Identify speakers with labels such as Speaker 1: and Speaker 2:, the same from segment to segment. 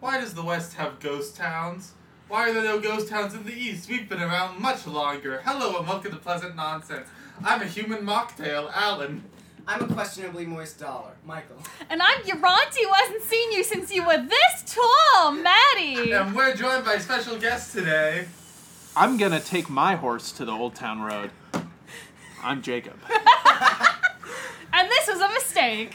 Speaker 1: Why does the West have ghost towns? Why are there no ghost towns in the East? We've been around much longer. Hello and welcome to Pleasant Nonsense. I'm a human mocktail, Alan.
Speaker 2: I'm a questionably moist dollar, Michael.
Speaker 3: And I'm Yoranti, who hasn't seen you since you were this tall, Maddie.
Speaker 1: And we're joined by special guest today.
Speaker 4: I'm gonna take my horse to the old town road. I'm Jacob.
Speaker 3: And this was a mistake.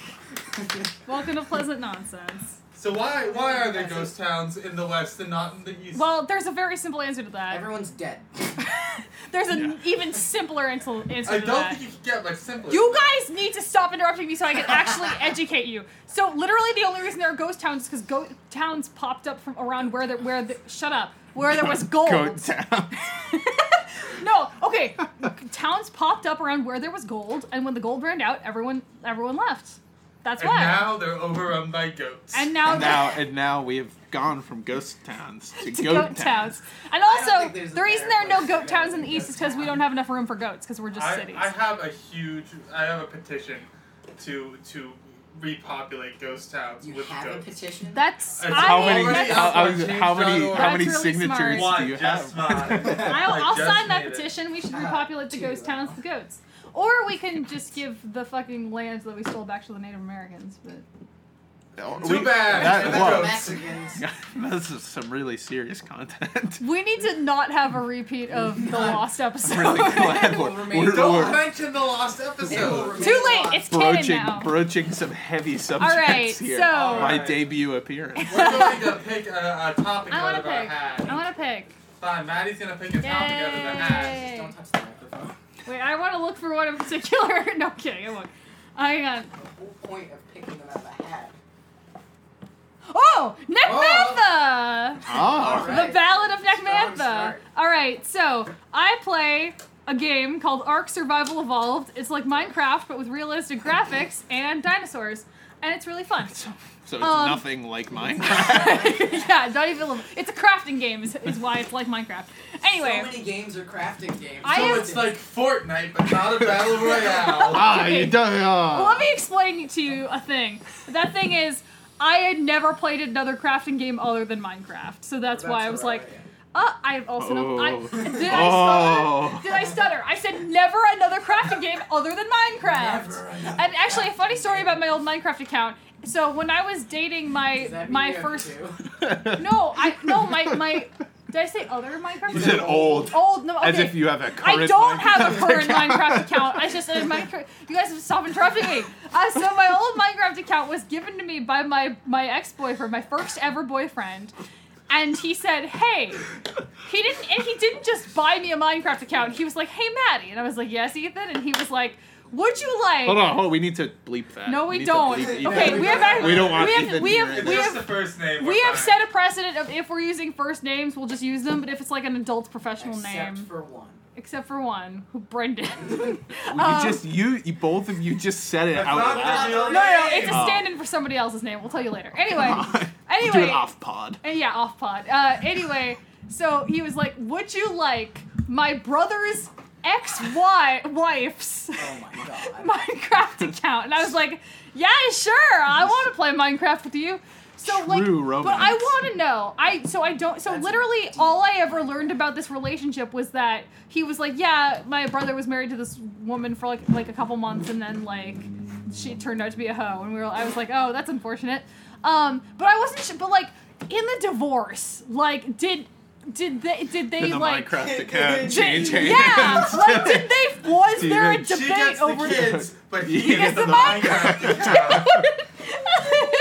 Speaker 3: Welcome to Pleasant Nonsense.
Speaker 1: So why why are there ghost towns in the West and not in the East?
Speaker 3: Well, there's a very simple answer to that.
Speaker 2: Everyone's dead.
Speaker 3: There's an
Speaker 4: Yeah.
Speaker 3: even simpler answer answer
Speaker 1: I
Speaker 3: to
Speaker 1: don't
Speaker 3: that.
Speaker 1: think you can get much simpler.
Speaker 3: You guys need to stop interrupting me so I can actually educate you. So literally, the only reason there are ghost towns is because goat towns popped up from around where there where the, shut up where there was gold.
Speaker 4: Go town.
Speaker 3: no, okay, towns popped up around where there was gold, and when the gold ran out, everyone everyone left. That's
Speaker 1: and
Speaker 3: why.
Speaker 1: now they're overrun by goats.
Speaker 3: and now,
Speaker 4: And now and now we have gone from ghost towns to,
Speaker 3: to
Speaker 4: goat,
Speaker 3: goat
Speaker 4: towns.
Speaker 3: towns. And
Speaker 2: don't
Speaker 3: also,
Speaker 2: think there's a
Speaker 3: the reason there
Speaker 2: better
Speaker 3: are no
Speaker 2: place to
Speaker 3: goat
Speaker 2: go
Speaker 3: towns in
Speaker 2: than
Speaker 3: the east
Speaker 2: goat
Speaker 3: is because we
Speaker 2: town.
Speaker 3: don't have enough room for goats because we're just
Speaker 1: I,
Speaker 3: cities.
Speaker 1: I have a huge I have a petition to to repopulate ghost towns
Speaker 2: You
Speaker 1: with
Speaker 2: have a
Speaker 1: goats.
Speaker 2: petition?
Speaker 3: That's
Speaker 1: It's
Speaker 3: I,
Speaker 4: How many
Speaker 1: already
Speaker 3: that's-
Speaker 4: how,
Speaker 1: up
Speaker 4: I
Speaker 1: on
Speaker 4: was- how many
Speaker 1: change.org.
Speaker 4: how many
Speaker 3: That's really
Speaker 4: signatures
Speaker 3: smart.
Speaker 4: do you
Speaker 1: One, just
Speaker 4: have?
Speaker 1: mine.
Speaker 3: I'll,
Speaker 1: I
Speaker 3: I'll
Speaker 1: just
Speaker 3: sign that
Speaker 1: made it.
Speaker 3: petition. We should
Speaker 2: Ah,
Speaker 3: repopulate the ghost
Speaker 2: two.
Speaker 3: towns with goats. Or we can just give the fucking lands that we stole back to the Native Americans. But
Speaker 1: Too
Speaker 4: We-
Speaker 1: bad.
Speaker 4: That,
Speaker 1: They're
Speaker 4: whoa.
Speaker 1: goats.
Speaker 2: Mexicans.
Speaker 4: this is some really serious content.
Speaker 3: we need to not have a repeat of the lost episode.
Speaker 4: really glad
Speaker 2: will
Speaker 4: we're,
Speaker 2: remain
Speaker 4: we're,
Speaker 1: Don't
Speaker 4: we're
Speaker 1: mention the lost
Speaker 2: will
Speaker 1: episode.
Speaker 2: remain-
Speaker 3: Too late. It's canon
Speaker 4: broaching
Speaker 3: now.
Speaker 4: broaching some heavy subjects
Speaker 3: right,
Speaker 4: here.
Speaker 3: so-
Speaker 4: My
Speaker 1: Alright.
Speaker 4: debut appearance.
Speaker 1: We're going to pick a, a topic
Speaker 3: I
Speaker 1: out
Speaker 3: want
Speaker 1: of
Speaker 3: to
Speaker 1: our
Speaker 3: pick.
Speaker 1: hat.
Speaker 3: I want to pick.
Speaker 1: Fine, Maddie's gonna pick a topic out of the hat.
Speaker 3: Yay.
Speaker 2: Don't touch the microphone.
Speaker 3: Wait, I want to look for one in particular. no I'm kidding. I uh, won't. Hang on.
Speaker 2: The whole point of picking them out of a hat. Oh.
Speaker 3: Oh, Necmantha!
Speaker 4: Oh.
Speaker 2: Alright.
Speaker 3: The Ballad of
Speaker 2: Strong
Speaker 3: Necmantha.
Speaker 2: start.
Speaker 3: All right, so I play a game called Ark Survival Evolved. It's like Minecraft, but with realistic graphics and dinosaurs, and it's really fun.
Speaker 4: So it's
Speaker 3: Um,
Speaker 4: nothing like Minecraft.
Speaker 3: yeah, not even. It's a crafting game, is, is why it's like Minecraft. Anyway,
Speaker 2: So many games are crafting games.
Speaker 3: I
Speaker 1: so
Speaker 3: am-
Speaker 1: it's like Fortnite, but not a battle royale.
Speaker 4: ah, you don't.
Speaker 3: well, let me explain to you a thing. That thing is, I had never played another crafting game other than Minecraft, so that's, why I was like, Uh, I've also
Speaker 4: Oh.
Speaker 3: not. I, did I
Speaker 4: Oh.
Speaker 3: stutter? Did I stutter? I said never another crafting game other than Minecraft.
Speaker 2: Never another
Speaker 3: and actually, a funny
Speaker 2: crafting
Speaker 3: story
Speaker 2: game.
Speaker 3: about my old Minecraft account. So when I was dating
Speaker 2: Does that
Speaker 3: my
Speaker 2: mean
Speaker 3: my
Speaker 2: you have
Speaker 3: first
Speaker 2: two?
Speaker 3: no I no my my did I say other Minecraft?
Speaker 4: You said old.
Speaker 3: Old no okay.
Speaker 4: As if you have a current
Speaker 3: I don't have a
Speaker 4: Minecraft
Speaker 3: current
Speaker 4: account.
Speaker 3: Minecraft account. I just said Minecraft. You guys stop interrupting me. Uh, so my old Minecraft account was given to me by my my ex boyfriend, my first ever boyfriend, and he said, "Hey." He didn't. And he didn't just buy me a Minecraft account. He was like, "Hey, Maddie," and I was like, "Yes, Ethan." And he was like, "Would you like?"
Speaker 4: Hold on, hold. on, We need to bleep that.
Speaker 3: No, we
Speaker 4: need to
Speaker 3: don't.
Speaker 4: bleep Ethan.
Speaker 3: Okay, we have.
Speaker 4: We don't want
Speaker 3: We have.
Speaker 4: Ethan
Speaker 3: We
Speaker 4: here
Speaker 3: have.
Speaker 4: in
Speaker 3: We
Speaker 4: this.
Speaker 1: Just
Speaker 3: have
Speaker 1: the first name.
Speaker 3: we
Speaker 1: we're
Speaker 3: have
Speaker 1: fine.
Speaker 3: set a precedent of if we're using first names, we'll just use them. But if it's like an adult's professional
Speaker 2: Except
Speaker 3: name,
Speaker 2: for one.
Speaker 3: except for one, who Brendan.
Speaker 4: You
Speaker 3: um,
Speaker 4: just you, you both of you just said it
Speaker 1: That's
Speaker 4: out
Speaker 1: not
Speaker 4: loud.
Speaker 1: the real
Speaker 3: No, no,
Speaker 1: name.
Speaker 3: it's a stand-in for somebody else's name. We'll tell you later. Anyway,
Speaker 4: We'll do it
Speaker 3: anyway,
Speaker 4: off pod.
Speaker 3: and yeah, off pod. Uh, anyway, so he was like, "Would you like my brother's ex-wife's
Speaker 2: Oh my god.
Speaker 3: Minecraft account?" And I was like, "Yeah, sure. I want to play Minecraft with you." So like,
Speaker 4: True
Speaker 3: but I
Speaker 4: romance.
Speaker 3: want to know. I so I don't. So
Speaker 2: That's
Speaker 3: literally, all I ever learned about this relationship was that he was like, "Yeah, my brother was married to this woman for like like a couple months, and then like she turned out to be a hoe." And we were, I was like, "Oh, that's unfortunate." Um, but I wasn't. Sh- but like in the divorce, like did did they did they
Speaker 4: the
Speaker 3: like?
Speaker 4: Minecraft account
Speaker 3: did-
Speaker 4: change hands.
Speaker 3: yeah, like did they was
Speaker 4: Dude,
Speaker 3: there a
Speaker 4: she
Speaker 1: She
Speaker 3: debate
Speaker 1: gets the
Speaker 3: over
Speaker 1: kids, but he,
Speaker 4: He
Speaker 1: gets
Speaker 4: gets
Speaker 1: the
Speaker 3: the
Speaker 1: Minecraft account.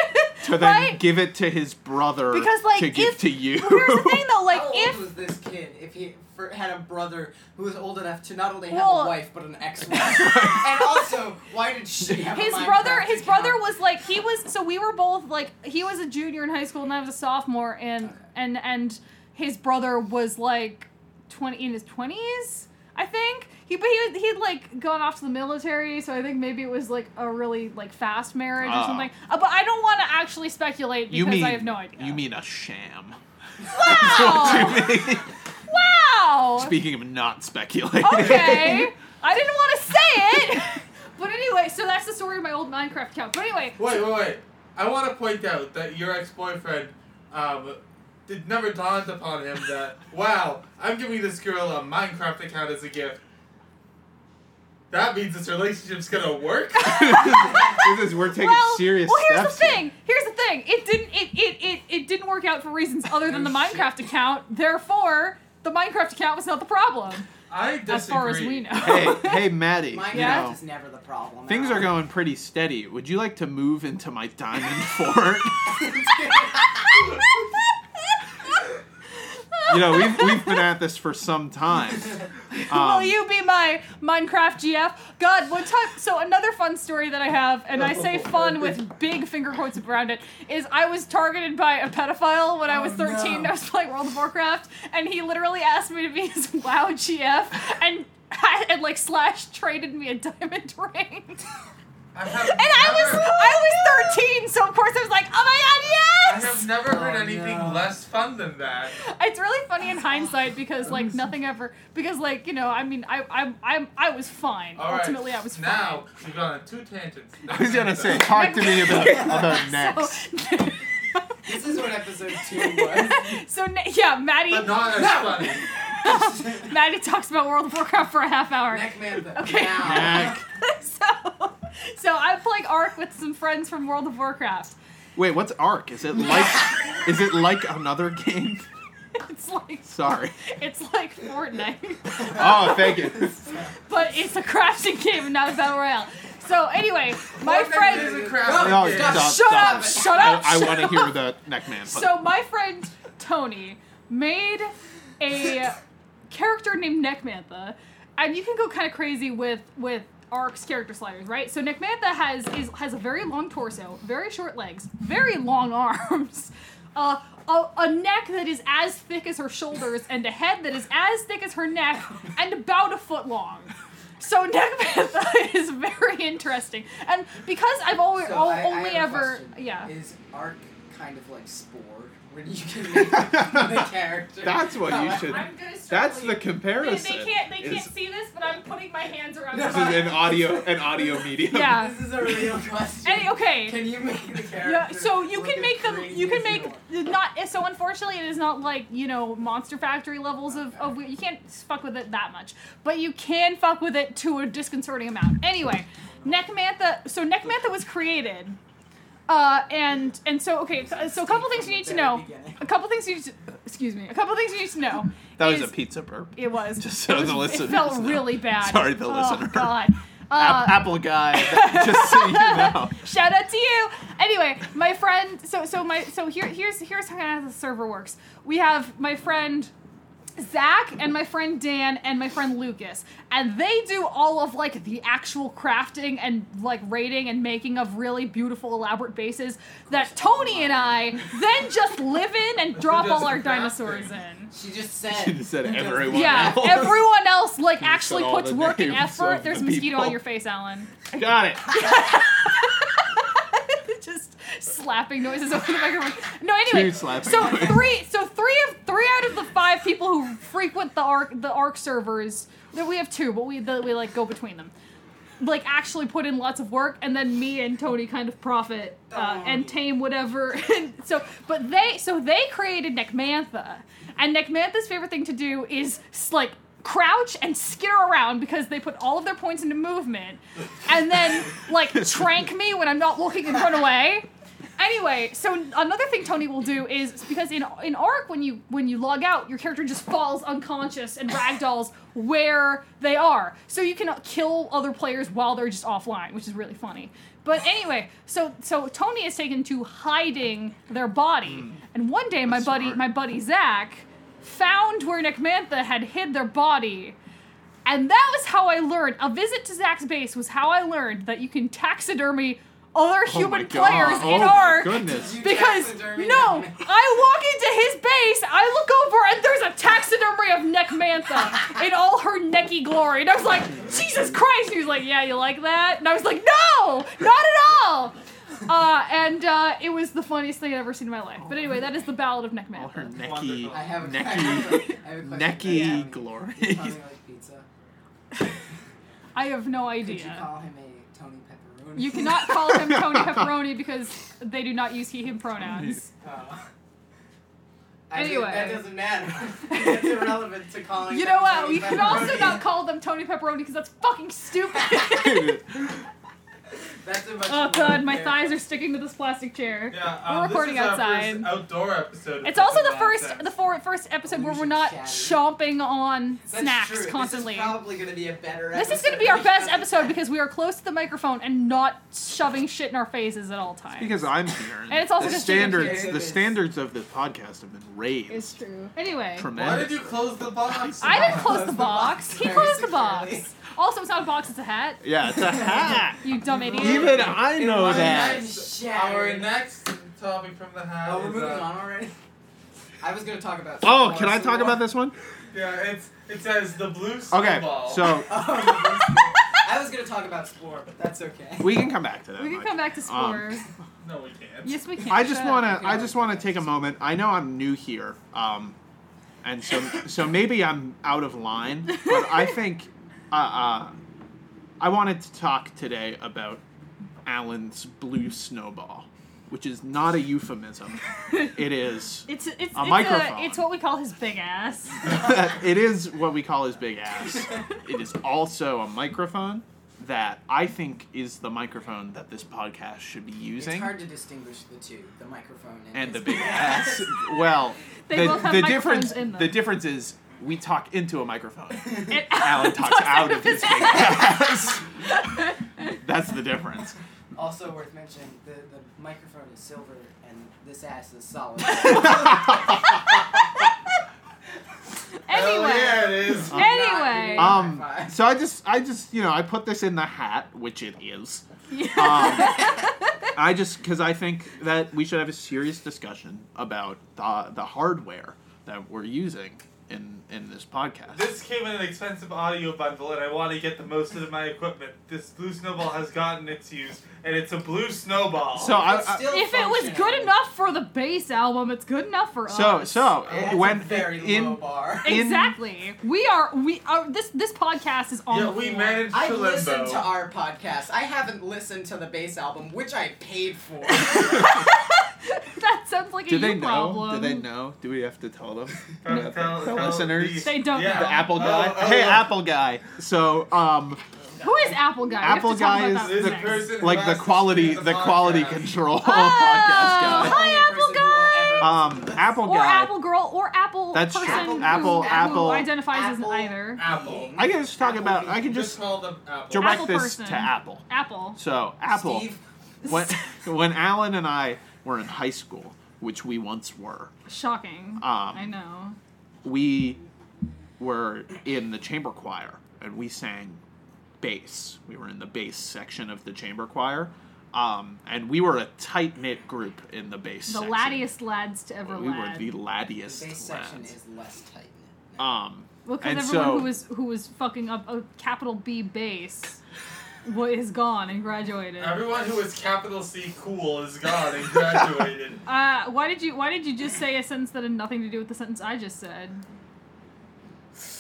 Speaker 4: To then
Speaker 3: right?
Speaker 4: give it to his brother
Speaker 3: Because like
Speaker 4: to give
Speaker 3: if
Speaker 4: to you.
Speaker 3: here's the thing though, like
Speaker 2: How old
Speaker 3: if
Speaker 2: was this kid if he for, had a brother who was old enough to not only have
Speaker 3: Well-
Speaker 2: a wife but an ex-wife? and also, why did she have
Speaker 3: his
Speaker 2: a
Speaker 3: brother
Speaker 2: Minecraft
Speaker 3: his
Speaker 2: account?
Speaker 3: brother was like he was so we were both like he was a junior in high school and I was a sophomore and
Speaker 2: Okay.
Speaker 3: and and his brother was like 20 in his 20s I think he but he he had like gone off to the military so I think maybe it was like a really like fast marriage or
Speaker 4: Ah.
Speaker 3: something uh, but I don't want to actually speculate because
Speaker 4: you mean
Speaker 3: I have no idea
Speaker 4: You mean a sham?
Speaker 3: wow wow
Speaker 4: Speaking of not speculating.
Speaker 3: okay I didn't want to say it but anyway so that's the story of my old Minecraft account but anyway
Speaker 1: Wait, wait, wait. I want to point out that your ex boyfriend um, it never dawned upon him that, wow, I'm giving this girl a Minecraft account as a gift. That means this relationship's gonna work?
Speaker 5: this is we're taking
Speaker 3: well,
Speaker 5: serious
Speaker 3: well, here's
Speaker 5: steps.
Speaker 3: the
Speaker 5: here.
Speaker 3: thing. Here's the thing. It didn't. It it, it, it didn't work out for reasons other than the
Speaker 1: Oh, shit.
Speaker 3: Minecraft account. Therefore, the Minecraft account was not the problem,
Speaker 1: I disagree.
Speaker 3: as far as we know.
Speaker 4: hey, hey, Maddie.
Speaker 2: Minecraft
Speaker 4: you know,
Speaker 2: is never the problem.
Speaker 4: things
Speaker 2: Alan.
Speaker 4: are going pretty steady. Would you like to move into my diamond fort? you know, we've we've been at this for some time. Um,
Speaker 3: Will you be my Minecraft GF? God, one time. So another fun story that I have, and I say
Speaker 1: Oh,
Speaker 3: fun
Speaker 1: God.
Speaker 3: with big finger quotes around it, is I was targeted by a pedophile when I was
Speaker 2: Oh,
Speaker 3: 13. and
Speaker 2: no.
Speaker 3: I was playing World of Warcraft, and he literally asked me to be his WoW GF, and and like slash traded me a diamond ring.
Speaker 1: I
Speaker 3: And
Speaker 1: have
Speaker 3: I was
Speaker 1: never-
Speaker 3: I was 13, so of course I was like, oh my
Speaker 1: I
Speaker 3: god, yes!
Speaker 1: have never heard
Speaker 2: Oh,
Speaker 1: anything
Speaker 2: no.
Speaker 1: less fun than that.
Speaker 3: It's really funny in hindsight because like nothing ever because like you know I mean I I I, I was fine.
Speaker 1: All right.
Speaker 3: Ultimately, I was fine.
Speaker 1: Now, we've gone on two tangents.
Speaker 4: I was gonna say, talk to me about about next.
Speaker 3: So,
Speaker 2: This is what episode two was.
Speaker 3: so na- yeah, Maddie.
Speaker 1: But not as funny.
Speaker 3: Maddie talks about World of Warcraft for a half hour.
Speaker 2: Neck man. but
Speaker 3: Okay.
Speaker 2: Now.
Speaker 4: Mac.
Speaker 3: so, so I'm playing Ark with some friends from World of Warcraft.
Speaker 4: Wait, what's Ark? Is it like is it like another game?
Speaker 3: It's like
Speaker 4: Sorry.
Speaker 3: it's like Fortnite.
Speaker 4: Oh, thank you.
Speaker 3: but it's a crafting game and not a battle royale. So anyway, my
Speaker 1: Fortnite
Speaker 3: friend.
Speaker 1: is a
Speaker 4: No,
Speaker 1: crap
Speaker 4: Oh, stop,
Speaker 3: Shut
Speaker 4: stop.
Speaker 3: up! Shut
Speaker 4: I,
Speaker 3: up!
Speaker 4: I
Speaker 3: shut
Speaker 4: want to
Speaker 3: up.
Speaker 4: hear the neck man.
Speaker 3: So my friend Tony made a character named Necmantha, and you can go kind of crazy with with Ark's character sliders, right? So Necmantha has is has a very long torso, very short legs, very long arms, uh, a, a neck that is as thick as her shoulders, and a head that is as thick as her neck, and about a foot long. So Necmantha is very interesting, and because I've always
Speaker 2: So I- I
Speaker 3: only
Speaker 2: have a
Speaker 3: ever
Speaker 2: question.
Speaker 3: yeah.
Speaker 2: Is arc kind of like spore, where you can make the character?
Speaker 4: That's what you should.
Speaker 3: I'm gonna start
Speaker 4: That's
Speaker 3: with-
Speaker 4: the comparison.
Speaker 3: They, they can't. They
Speaker 4: is-
Speaker 3: can't see this, but I'm putting my hands around.
Speaker 2: No.
Speaker 4: This
Speaker 3: her.
Speaker 4: is an audio an audio medium.
Speaker 3: Yeah.
Speaker 2: This is a real question.
Speaker 3: Any, okay.
Speaker 2: Can you make the character?
Speaker 3: Yeah, so you
Speaker 2: look
Speaker 3: can
Speaker 2: as
Speaker 3: make them.
Speaker 2: crazy
Speaker 3: You can
Speaker 2: as
Speaker 3: make
Speaker 2: want?
Speaker 3: the- not. So unfortunately, it is not like you know Monster Factory levels of of. You can't fuck with it that much, but you can fuck with it to a disconcerting amount. Anyway, Necmantha. So Necmantha was created. Uh, and and so okay, so, so a couple things you need to know. A couple things you need to, excuse me. A couple things you need to know.
Speaker 4: That was a
Speaker 3: is-
Speaker 4: pizza burp.
Speaker 3: It was.
Speaker 4: Just so
Speaker 3: it was,
Speaker 4: the listeners
Speaker 3: It felt
Speaker 4: know.
Speaker 3: really bad.
Speaker 4: Sorry, the
Speaker 3: oh,
Speaker 4: listener.
Speaker 3: God. Uh,
Speaker 4: Ap- Apple guy. Just so you know.
Speaker 3: Shout out to you. Anyway, my friend. So so my so here here's here's how the server works. We have my friend Zach and my friend Dan and my friend Lucas, and they do all of like the actual crafting and like rating and making of really beautiful elaborate bases that Tony and I then just live in and drop
Speaker 1: Just
Speaker 3: all our
Speaker 1: crafting.
Speaker 3: dinosaurs in.
Speaker 2: She just said.
Speaker 4: She just said everyone
Speaker 3: Yeah,
Speaker 4: else.
Speaker 3: everyone else like
Speaker 4: You said
Speaker 3: actually
Speaker 4: all
Speaker 3: puts
Speaker 4: the
Speaker 3: work and
Speaker 4: names
Speaker 3: effort.
Speaker 4: of
Speaker 3: There's a
Speaker 4: the
Speaker 3: mosquito on
Speaker 4: people.
Speaker 3: your face, Alan.
Speaker 4: Got it.
Speaker 3: just slapping noises over the microphone. No, anyway.
Speaker 4: Two slapping.
Speaker 3: So
Speaker 4: noises.
Speaker 3: three, so three of three out of the five people who frequent the arc the arc servers. That we have two, but we that we like go between them. Like actually put in lots of work, and then me and Tony kind of profit uh,
Speaker 2: Oh.
Speaker 3: and tame whatever. And so, but they so they created Necmantha, and Necmantha's favorite thing to do is s- like crouch and skitter around because they put all of their points into movement, and then like trank me when I'm not looking and run away. Anyway, so another thing Tony will do is because in in Arc when you when you log out, your character just falls unconscious and ragdolls where they are. So you can kill other players while they're just offline, which is really funny. But anyway, so so Tony is taken to hiding their body. And one day my
Speaker 4: Hmm. That's
Speaker 3: buddy
Speaker 4: smart.
Speaker 3: my buddy Zach found where Necmantha had hid their body. And that was how I learned. A visit to Zach's base was how I learned that you can taxidermy other
Speaker 4: Oh my
Speaker 3: human
Speaker 4: God.
Speaker 3: players
Speaker 4: oh
Speaker 3: in
Speaker 4: my
Speaker 3: Ark.
Speaker 4: Goodness.
Speaker 2: You
Speaker 3: Because
Speaker 2: taxidermy
Speaker 3: no,
Speaker 2: Necmantha.
Speaker 3: I walk into his base, I look over, and there's a taxidermy of Necmantha in all her necky glory, and I was like, Jesus Christ! And he was like, Yeah, you like that? And I was like, No, not at all. Uh, and uh, it was the funniest thing I'd ever seen in my life. But anyway, that is the Ballad of
Speaker 4: All her
Speaker 3: Necmantha.
Speaker 4: necky,
Speaker 2: I have a
Speaker 4: necky,
Speaker 2: I have a question.
Speaker 4: necky
Speaker 2: Yeah.
Speaker 4: glory.
Speaker 2: Tony like pizza.
Speaker 3: I have no
Speaker 2: Could you
Speaker 3: idea.
Speaker 2: call him a Tony Pepperoni?
Speaker 3: You cannot call him Tony Pepperoni because they do not use he/him pronouns.
Speaker 2: Oh. I mean,
Speaker 3: Anyway.
Speaker 2: that doesn't matter. That's irrelevant to calling.
Speaker 3: You
Speaker 2: them
Speaker 3: know what?
Speaker 2: Tony
Speaker 3: We can
Speaker 2: Pepperoni.
Speaker 3: also not call them Tony Pepperoni because that's fucking stupid.
Speaker 2: That's a much
Speaker 3: oh god, my
Speaker 2: yeah.
Speaker 3: thighs are sticking to this plastic chair.
Speaker 1: Yeah, um,
Speaker 3: We're recording
Speaker 1: this is our
Speaker 3: outside.
Speaker 1: First outdoor episode. of
Speaker 3: It's also the
Speaker 1: Pleasant
Speaker 3: first,
Speaker 1: Nonsense.
Speaker 3: the four, first episode where we're
Speaker 2: Illusion
Speaker 3: not
Speaker 2: shattered.
Speaker 3: chomping on
Speaker 2: That's true.
Speaker 3: snacks constantly.
Speaker 2: This is probably going to be a better.
Speaker 3: This is
Speaker 2: episode
Speaker 3: going to be our best
Speaker 2: because-
Speaker 3: episode because we are close to the microphone and not shoving shit in our faces at all times.
Speaker 4: because I'm here.
Speaker 3: And it's also
Speaker 4: the
Speaker 3: just Jim and
Speaker 4: standards.
Speaker 2: Jim
Speaker 4: The
Speaker 2: is-
Speaker 4: standards of this podcast have been raised.
Speaker 3: it's true. Anyway,
Speaker 1: Why
Speaker 4: tremendous.
Speaker 1: did you close the box?
Speaker 3: I didn't close
Speaker 2: Close
Speaker 3: the
Speaker 2: the
Speaker 3: box.
Speaker 2: box
Speaker 3: He
Speaker 2: very
Speaker 3: closed the
Speaker 2: securely.
Speaker 3: box. Also, it's not a box; it's a hat.
Speaker 4: yeah, it's a hat.
Speaker 3: You dumb idiot.
Speaker 4: Even I know
Speaker 1: Our
Speaker 2: Why
Speaker 4: that.
Speaker 2: not?
Speaker 1: next, our
Speaker 2: Shattered.
Speaker 1: next topic from the hat
Speaker 2: Oh, we're
Speaker 1: is
Speaker 2: moving
Speaker 1: uh,
Speaker 2: on already. I was going to talk about.
Speaker 4: Oh,
Speaker 2: Civil War,
Speaker 4: can I
Speaker 2: Civil
Speaker 4: talk
Speaker 2: War.
Speaker 4: about this one?
Speaker 1: Yeah, it's it says the blue
Speaker 4: Okay,
Speaker 1: snowball.
Speaker 4: so
Speaker 2: Oh, the blue score. I was going to talk about Spore, but that's okay.
Speaker 4: we can come back to that.
Speaker 3: we can
Speaker 4: Mike.
Speaker 3: come back to spores.
Speaker 1: no, we can't.
Speaker 3: yes, we can.
Speaker 4: Um, I just
Speaker 3: Shut
Speaker 4: want
Speaker 3: up.
Speaker 4: to. I just want to take a moment. I know I'm new here, um, and so so maybe I'm out of line, but I think uh, uh, I wanted to talk today about Alan's blue snowball, which is not a euphemism. It is.
Speaker 3: It's it's it's,
Speaker 4: microphone.
Speaker 3: A, it's what we call his big ass.
Speaker 4: it is what we call his big ass. It is also a microphone that I think is the microphone that this podcast should be using.
Speaker 2: It's hard to distinguish the two, the microphone and,
Speaker 4: and the
Speaker 2: his
Speaker 4: big ass. Well,
Speaker 3: They
Speaker 4: the,
Speaker 3: both have
Speaker 4: the
Speaker 3: microphones
Speaker 4: difference
Speaker 3: in them.
Speaker 4: the difference is we talk into a microphone.
Speaker 3: And
Speaker 4: Alan talks out of his big ass. That's the difference.
Speaker 2: Also worth mentioning, the, the microphone is silver and this ass is solid.
Speaker 1: Hell
Speaker 3: Anyway.
Speaker 4: Oh,
Speaker 1: yeah, it
Speaker 4: Uh,
Speaker 1: is.
Speaker 3: Anyway.
Speaker 4: Um, so I just I just you know I put this in the hat, which it is. Um, I just because I think that we should have a serious discussion about the the hardware that we're using in in this podcast.
Speaker 1: This came in an expensive audio bundle, and I want to get the most out of my equipment. This blue snowball has gotten its use, and it's a blue snowball.
Speaker 4: so I,
Speaker 2: It's
Speaker 4: I-
Speaker 2: still
Speaker 3: if it was
Speaker 2: functional.
Speaker 3: good enough for the bass album, it's good enough for
Speaker 4: so
Speaker 3: us.
Speaker 4: so
Speaker 2: Oh, that's
Speaker 4: when
Speaker 2: a very
Speaker 4: in
Speaker 2: low bar.
Speaker 4: in-
Speaker 3: exactly. We are we are this this podcast is on.
Speaker 1: yeah,
Speaker 3: the
Speaker 1: we
Speaker 3: floor.
Speaker 1: managed
Speaker 2: I
Speaker 1: to limbo.
Speaker 2: listened to our podcast. I haven't listened to the bass album, which I paid for.
Speaker 3: That sounds like
Speaker 4: Do
Speaker 3: a
Speaker 4: they
Speaker 3: you
Speaker 4: know?
Speaker 3: problem.
Speaker 4: Do they know? Do we have to tell them?
Speaker 1: Tell- tell-
Speaker 4: the
Speaker 1: tell
Speaker 4: listeners.
Speaker 3: They don't
Speaker 1: yeah.
Speaker 3: know.
Speaker 4: The Apple
Speaker 1: Oh,
Speaker 4: guy.
Speaker 1: oh,
Speaker 4: hey,
Speaker 1: oh.
Speaker 4: Apple guy. So, um,
Speaker 3: Who is Apple Guy?
Speaker 4: Apple
Speaker 3: we have to talk
Speaker 4: Guy
Speaker 3: about
Speaker 1: There's
Speaker 4: is
Speaker 3: that
Speaker 1: a
Speaker 3: next.
Speaker 1: person who
Speaker 4: like the
Speaker 1: has to
Speaker 4: quality,
Speaker 1: do
Speaker 4: the quality
Speaker 1: podcast.
Speaker 4: control
Speaker 3: Oh,
Speaker 4: podcast guy.
Speaker 3: Hi, Apple
Speaker 4: Um, Apple
Speaker 3: Oh! Or
Speaker 4: guy.
Speaker 3: Apple Girl or Apple
Speaker 4: That's true.
Speaker 3: person who,
Speaker 4: Apple-
Speaker 3: who
Speaker 4: Apple-
Speaker 3: identifies
Speaker 2: Apple.
Speaker 3: as either.
Speaker 1: Apple.
Speaker 4: I can just talk about. I can
Speaker 1: Just
Speaker 4: just
Speaker 1: call them Apple.
Speaker 4: direct
Speaker 3: Apple
Speaker 4: this
Speaker 3: person.
Speaker 4: to Apple.
Speaker 3: Apple.
Speaker 4: So, Apple.
Speaker 2: Steve,
Speaker 4: When when Alan and I were in high school, which we once were,
Speaker 3: Shocking.
Speaker 4: Um,
Speaker 3: I know.
Speaker 4: we were in the chamber choir and we sang bass. We were in the bass section of the chamber choir. Um, and we were a tight knit group in the bass
Speaker 3: The
Speaker 4: section.
Speaker 3: laddiest lads to ever
Speaker 4: We were
Speaker 3: lad.
Speaker 4: the
Speaker 2: the
Speaker 4: laddiest
Speaker 2: bass section
Speaker 4: lads.
Speaker 2: is less tight. knit.
Speaker 4: Um,
Speaker 3: because
Speaker 4: and
Speaker 3: everyone
Speaker 4: so
Speaker 3: who was who was fucking up a capital B bass wa- is gone and graduated.
Speaker 1: Everyone who is capital C cool is gone and graduated.
Speaker 3: Uh, why did you why did you just say a sentence that had nothing to do with the sentence I just said?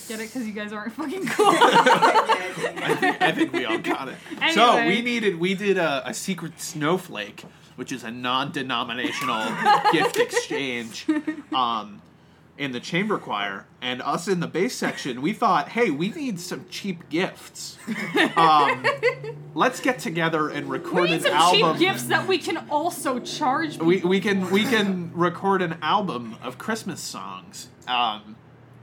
Speaker 3: Get it? Because you guys aren't fucking cool.
Speaker 4: I think, I think we all got it. So
Speaker 3: Anyway.
Speaker 4: we needed we did a, a secret snowflake, which is a non-denominational gift exchange, um, in the chamber choir, and us in the bass section. We thought, hey, we need some cheap gifts. Um, let's get together and record
Speaker 3: we need
Speaker 4: an
Speaker 3: some
Speaker 4: album.
Speaker 3: cheap gifts that we can also charge.
Speaker 4: We, we can we can record an album of Christmas songs. Um,